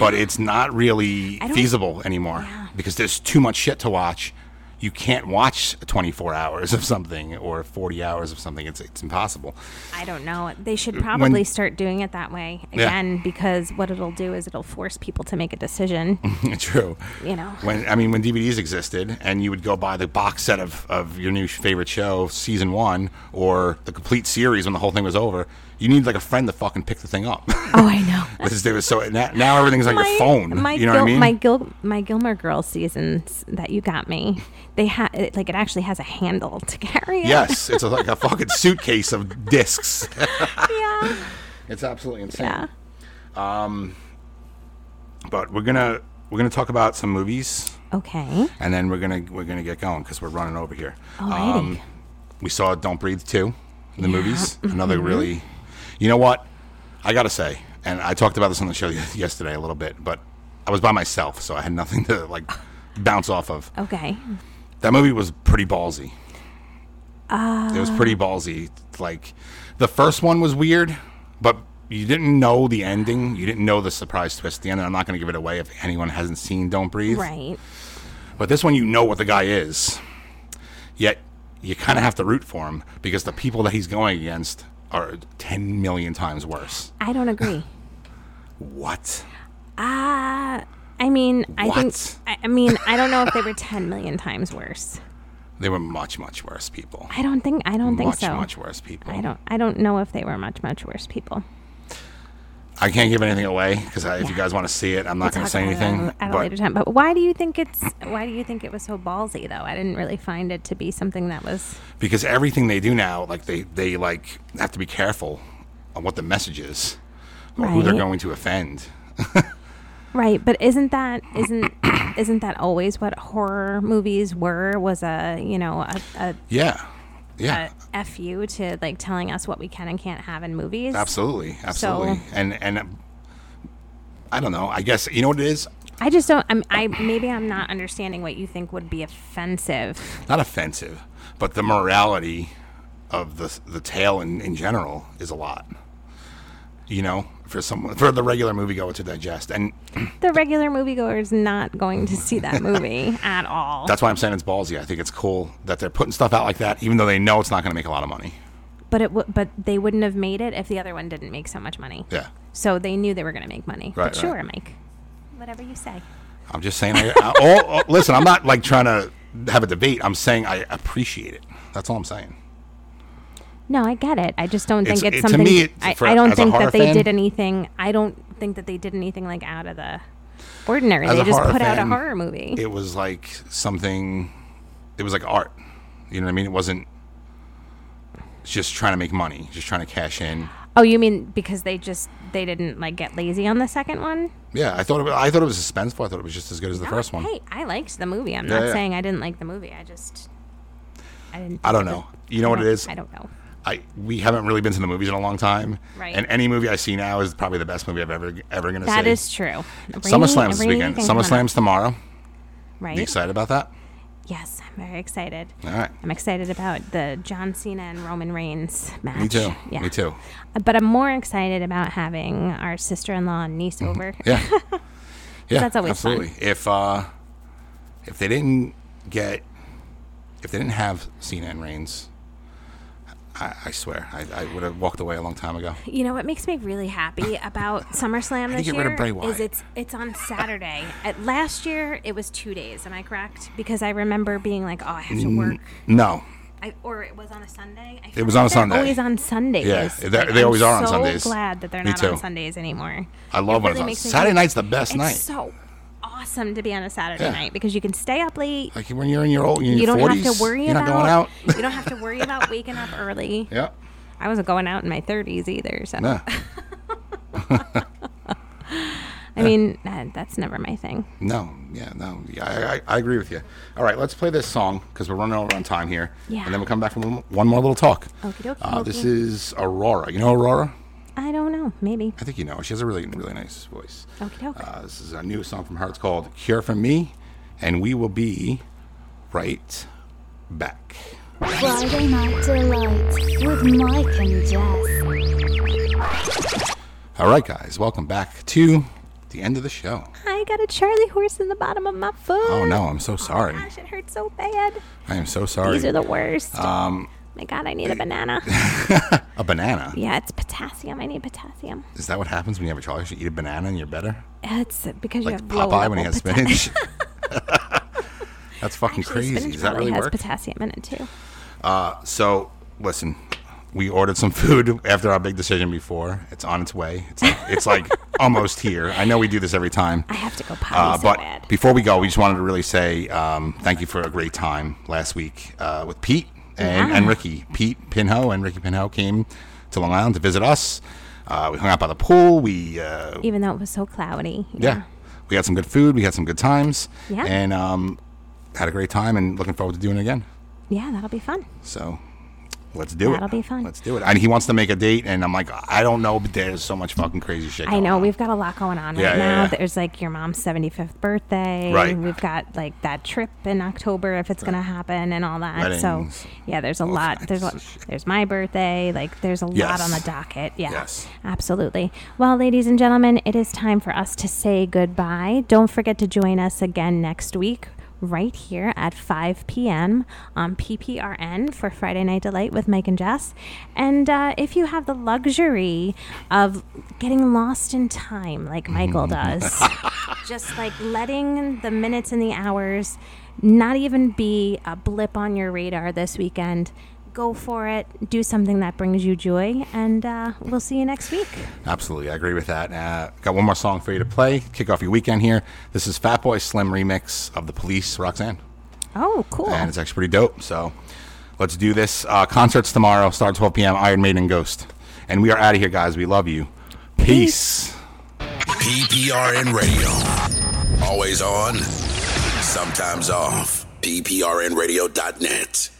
Speaker 2: but
Speaker 3: Yeah.
Speaker 2: it's not really
Speaker 3: I don't-
Speaker 2: feasible anymore
Speaker 3: Yeah.
Speaker 2: because there's too much shit to watch you can't watch 24 hours of something or 40 hours of something it's, it's impossible
Speaker 3: I don't know. They should probably start doing it that way
Speaker 2: Yeah.
Speaker 3: again, because what it'll do is it'll force people to make a decision.
Speaker 2: True.
Speaker 3: You know.
Speaker 2: When I mean when DVDs existed and you would go buy the box set of, of your new favorite show, season one, or the complete series when the whole thing was over, you need like a friend to fucking pick the thing up.
Speaker 3: oh, I know.
Speaker 2: Because they were so now, now everything's on
Speaker 3: my-
Speaker 2: your phone.
Speaker 3: My
Speaker 2: you know
Speaker 3: Gil-
Speaker 2: what I mean?
Speaker 3: My Gil- my Gilmore Girls seasons that you got me, they had like it actually has a handle to carry it.
Speaker 2: yes, it's a, like a fucking suitcase of discs.
Speaker 3: Yeah.
Speaker 2: it's absolutely insane.
Speaker 3: Yeah.
Speaker 2: But we're gonna we're gonna talk about some movies
Speaker 3: Okay.
Speaker 2: and then we're gonna we're gonna get going because we're running over here. Um,
Speaker 3: Alrighty.
Speaker 2: we saw Don't Breathe too in the movies.
Speaker 3: Mm-hmm.
Speaker 2: Another really, you know what? I gotta say, and I talked about this on the show yesterday a little bit, but I was by myself, so I had nothing to like bounce off of.
Speaker 3: Okay. Uh.
Speaker 2: That movie was pretty ballsy. it was pretty ballsy. Like The first one was weird, but you didn't know the ending. You didn't know the surprise twist at the end. And I'm not going to give it away if anyone hasn't seen Don't Breathe.
Speaker 3: Right.
Speaker 2: But this one, you know what the guy is. Yet, you kind of have to root for him because the people that he's going against are 10 million times worse.
Speaker 3: I don't agree.
Speaker 2: What?
Speaker 3: Ah, I mean, I
Speaker 2: What?
Speaker 3: think. I, I mean, I don't know if they were ten million times worse.
Speaker 2: They were much, much worse people.
Speaker 3: I don't think. I don't think
Speaker 2: much,
Speaker 3: so.
Speaker 2: much worse people.
Speaker 3: I don't. I don't know if they were much, much worse people.
Speaker 2: I can't give anything away because if you guys want to see it, I'm not going to
Speaker 3: Talk
Speaker 2: say
Speaker 3: about it
Speaker 2: anything.
Speaker 3: at a
Speaker 2: but
Speaker 3: later time. But why do you think it's? Why do you think it was so ballsy though? I didn't really find it to be something that was.
Speaker 2: because everything they do now, like they they like have to be careful on what the message is or who they're
Speaker 3: Right.
Speaker 2: going to offend.
Speaker 3: Right, but isn't that isn't isn't that always what horror movies were? Was a you know a, a,
Speaker 2: Yeah, yeah,
Speaker 3: a f you to like telling us what we can and can't have in movies.
Speaker 2: absolutely, absolutely, and and. uh, I don't know. I guess you know what it is.
Speaker 3: I just don't. I'm, I maybe I'm not understanding what you think would be offensive.
Speaker 2: Not offensive, but the morality of the the tale in, in general is a lot. You know, for someone for the regular moviegoer to digest, and
Speaker 3: The regular moviegoer is not going to see that movie at all.
Speaker 2: that's why I'm saying it's ballsy. I think it's cool that they're putting stuff out like that, even though they know it's not going to make a lot of money.
Speaker 3: But it w- but they wouldn't have made it if the other one didn't make so much money.
Speaker 2: Yeah.
Speaker 3: So they knew they were going to make money.
Speaker 2: Right,
Speaker 3: but
Speaker 2: right.
Speaker 3: sure, Mike. Whatever you say.
Speaker 2: I'm just saying. I, I, all, all- listen, I'm not like trying to have a debate. I'm saying I appreciate it. That's all I'm saying.
Speaker 3: No, I get it. I just don't think
Speaker 2: It's-
Speaker 3: it's,
Speaker 2: it- to
Speaker 3: something.
Speaker 2: me, it-
Speaker 3: I,
Speaker 2: for-
Speaker 3: I don't
Speaker 2: as a
Speaker 3: think
Speaker 2: horror
Speaker 3: that they
Speaker 2: fan-
Speaker 3: did anything. I don't think that they did anything like out of the ordinary.
Speaker 2: As
Speaker 3: they
Speaker 2: a
Speaker 3: just
Speaker 2: horror
Speaker 3: put out a
Speaker 2: fan,
Speaker 3: horror movie.
Speaker 2: It was like something. It was like art. You know what I mean? It wasn't just trying to make money, just trying to cash in.
Speaker 3: oh, you mean because they just they didn't like get lazy on the second one?
Speaker 2: Yeah, I thought it was, I thought it was suspenseful. I thought it was just as good as the first one.
Speaker 3: Oh, Hey, I liked the movie. I'm
Speaker 2: Yeah,
Speaker 3: not
Speaker 2: yeah.
Speaker 3: saying I didn't like the movie. I just I didn't.
Speaker 2: I don't
Speaker 3: think it
Speaker 2: know.
Speaker 3: was-
Speaker 2: You know
Speaker 3: I
Speaker 2: what it
Speaker 3: don't-
Speaker 2: is?
Speaker 3: I don't know.
Speaker 2: I we haven't really been to the movies in a long time,
Speaker 3: Right.
Speaker 2: and any movie I see now is probably the best movie I've ever ever going to see.
Speaker 3: That is true.
Speaker 2: SummerSlam's this weekend. SummerSlam's tomorrow.
Speaker 3: right?
Speaker 2: You excited about that?
Speaker 3: Yes, I'm very excited.
Speaker 2: All right.
Speaker 3: I'm excited about the John Cena and Roman Reigns match.
Speaker 2: Me too.
Speaker 3: Yeah.
Speaker 2: Me too.
Speaker 3: Uh, But I'm more excited about having our sister-in-law and niece over.
Speaker 2: Yeah. Yeah.
Speaker 3: That's always fun.
Speaker 2: absolutely. If uh if they didn't get if they didn't have Cena and Reigns, I, I swear, I, I would have walked away a long time ago.
Speaker 3: You know what makes me really happy about SummerSlam
Speaker 2: do you
Speaker 3: this
Speaker 2: get rid of
Speaker 3: year
Speaker 2: Bray Wyatt?
Speaker 3: is it's it's on Saturday. At last year it was two days. Am I correct? Because I remember being like, oh, I have
Speaker 2: Mm,
Speaker 3: to work,
Speaker 2: No.
Speaker 3: I, or it was on a Sunday. I
Speaker 2: It
Speaker 3: feel
Speaker 2: was
Speaker 3: like
Speaker 2: on a
Speaker 3: they're
Speaker 2: Sunday.
Speaker 3: Always on Sundays.
Speaker 2: Yeah, they-
Speaker 3: Like,
Speaker 2: they always
Speaker 3: I'm
Speaker 2: are on
Speaker 3: so
Speaker 2: Sundays.
Speaker 3: Glad that they're
Speaker 2: Me
Speaker 3: not
Speaker 2: too.
Speaker 3: on Sundays anymore.
Speaker 2: I love when
Speaker 3: really
Speaker 2: it's
Speaker 3: makes
Speaker 2: on.
Speaker 3: me
Speaker 2: Saturday
Speaker 3: feel-
Speaker 2: night's the best
Speaker 3: It's
Speaker 2: night.
Speaker 3: so awesome to be on a Saturday
Speaker 2: Yeah.
Speaker 3: night because you can stay up late.
Speaker 2: like when you're in your old, you're in
Speaker 3: You
Speaker 2: your
Speaker 3: don't
Speaker 2: 40s,
Speaker 3: have to worry
Speaker 2: you're
Speaker 3: about
Speaker 2: not going out.
Speaker 3: you don't have to worry about waking up early.
Speaker 2: yeah.
Speaker 3: I wasn't going out in my 30s either, so
Speaker 2: No.
Speaker 3: I mean that, that's never my thing.
Speaker 2: No, yeah, no, yeah, I, I, I agree with you. All right, let's play this song because we're running over on time here,
Speaker 3: Yeah.
Speaker 2: and then we'll come back for one, one more little talk.
Speaker 3: Okie dokie.
Speaker 2: Uh, this is Aurora. You know Aurora?
Speaker 3: I don't know, maybe.
Speaker 2: I think you know. She has a really, really nice voice.
Speaker 3: Okie doke.
Speaker 2: Uh, this is a new song from her. It's called "Cure for Me," and we will be right back.
Speaker 1: Friday Night Delight with Mike and Jess.
Speaker 2: All right, guys, welcome back to the end of the show.
Speaker 3: I got a Charlie horse in the bottom of my foot.
Speaker 2: Oh no, I'm so sorry.
Speaker 3: Gosh, it hurts so bad.
Speaker 2: I am so sorry.
Speaker 3: These are the worst.
Speaker 2: Um,
Speaker 3: Oh my God, I need a banana.
Speaker 2: a banana.
Speaker 3: yeah, it's potassium. I need potassium.
Speaker 2: Is that what happens when you have a Charlie? You eat a banana and you're better.
Speaker 3: It's because you
Speaker 2: like
Speaker 3: have low
Speaker 2: Popeye when he
Speaker 3: level
Speaker 2: has
Speaker 3: pota-
Speaker 2: spinach. That's fucking
Speaker 3: Actually,
Speaker 2: crazy.
Speaker 3: spinach
Speaker 2: Does that
Speaker 3: probably
Speaker 2: really
Speaker 3: has
Speaker 2: work?
Speaker 3: potassium in it too.
Speaker 2: so, listen, we ordered some food after our big decision before. It's on its way. It's it's like almost here. I know we do this every time.
Speaker 3: I have to go potty
Speaker 2: Uh,
Speaker 3: so
Speaker 2: but
Speaker 3: bad.
Speaker 2: before we go, we just wanted to really say um, thank you for a great time last week uh, with Pete and, and Ricky. Pete Pinho and Ricky Pinho came to Long Island to visit us. Uh, we hung out by the pool. We uh,
Speaker 3: Even though it was so cloudy. you
Speaker 2: yeah. We had some good food. We had some good times.
Speaker 3: Yeah.
Speaker 2: And um, had a great time and looking forward to doing it again.
Speaker 3: Yeah, that'll be fun.
Speaker 2: So Let's do it.
Speaker 3: That'll be fun.
Speaker 2: Let's do it. And he wants to make a date, and I'm like, I don't know, but there's so much fucking crazy shit.
Speaker 3: I
Speaker 2: going
Speaker 3: know
Speaker 2: on.
Speaker 3: we've got a lot going on
Speaker 2: Yeah,
Speaker 3: right
Speaker 2: yeah,
Speaker 3: now.
Speaker 2: yeah.
Speaker 3: There's like your mom's 75th birthday.
Speaker 2: Right.
Speaker 3: We've got like that trip in October if it's gonna happen and all that.
Speaker 2: Weddings.
Speaker 3: So yeah, there's a lot.
Speaker 2: kinds
Speaker 3: There's a
Speaker 2: of
Speaker 3: lot.
Speaker 2: shit.
Speaker 3: There's my birthday. Like there's a lot
Speaker 2: Yes.
Speaker 3: on the docket. Yeah.
Speaker 2: Yes.
Speaker 3: Absolutely. Well, ladies and gentlemen, it is time for us to say goodbye. Don't forget to join us again next week. Right here at 5 p.m. on PPRN for Friday Night Delight with Mike and Jess. And uh, if you have the luxury of getting lost in time like Michael does, just like letting the minutes and the hours not even be a blip on your radar this weekend. Go for it. Do something that brings you joy, and uh, we'll see you next week.
Speaker 2: Absolutely, I agree with that. Uh, got one more song for you to play. Kick off your weekend here. This is Fat Boy Slim remix of the Police, Roxanne,
Speaker 3: Oh, cool.
Speaker 2: and it's actually pretty dope. So, let's do this. Uh, concerts tomorrow, start at 12 p.m. Iron Maiden Ghost, and we are out of here, guys. We love you. Peace.
Speaker 4: PPRN Radio. Always on, sometimes off. PPRNradio.net.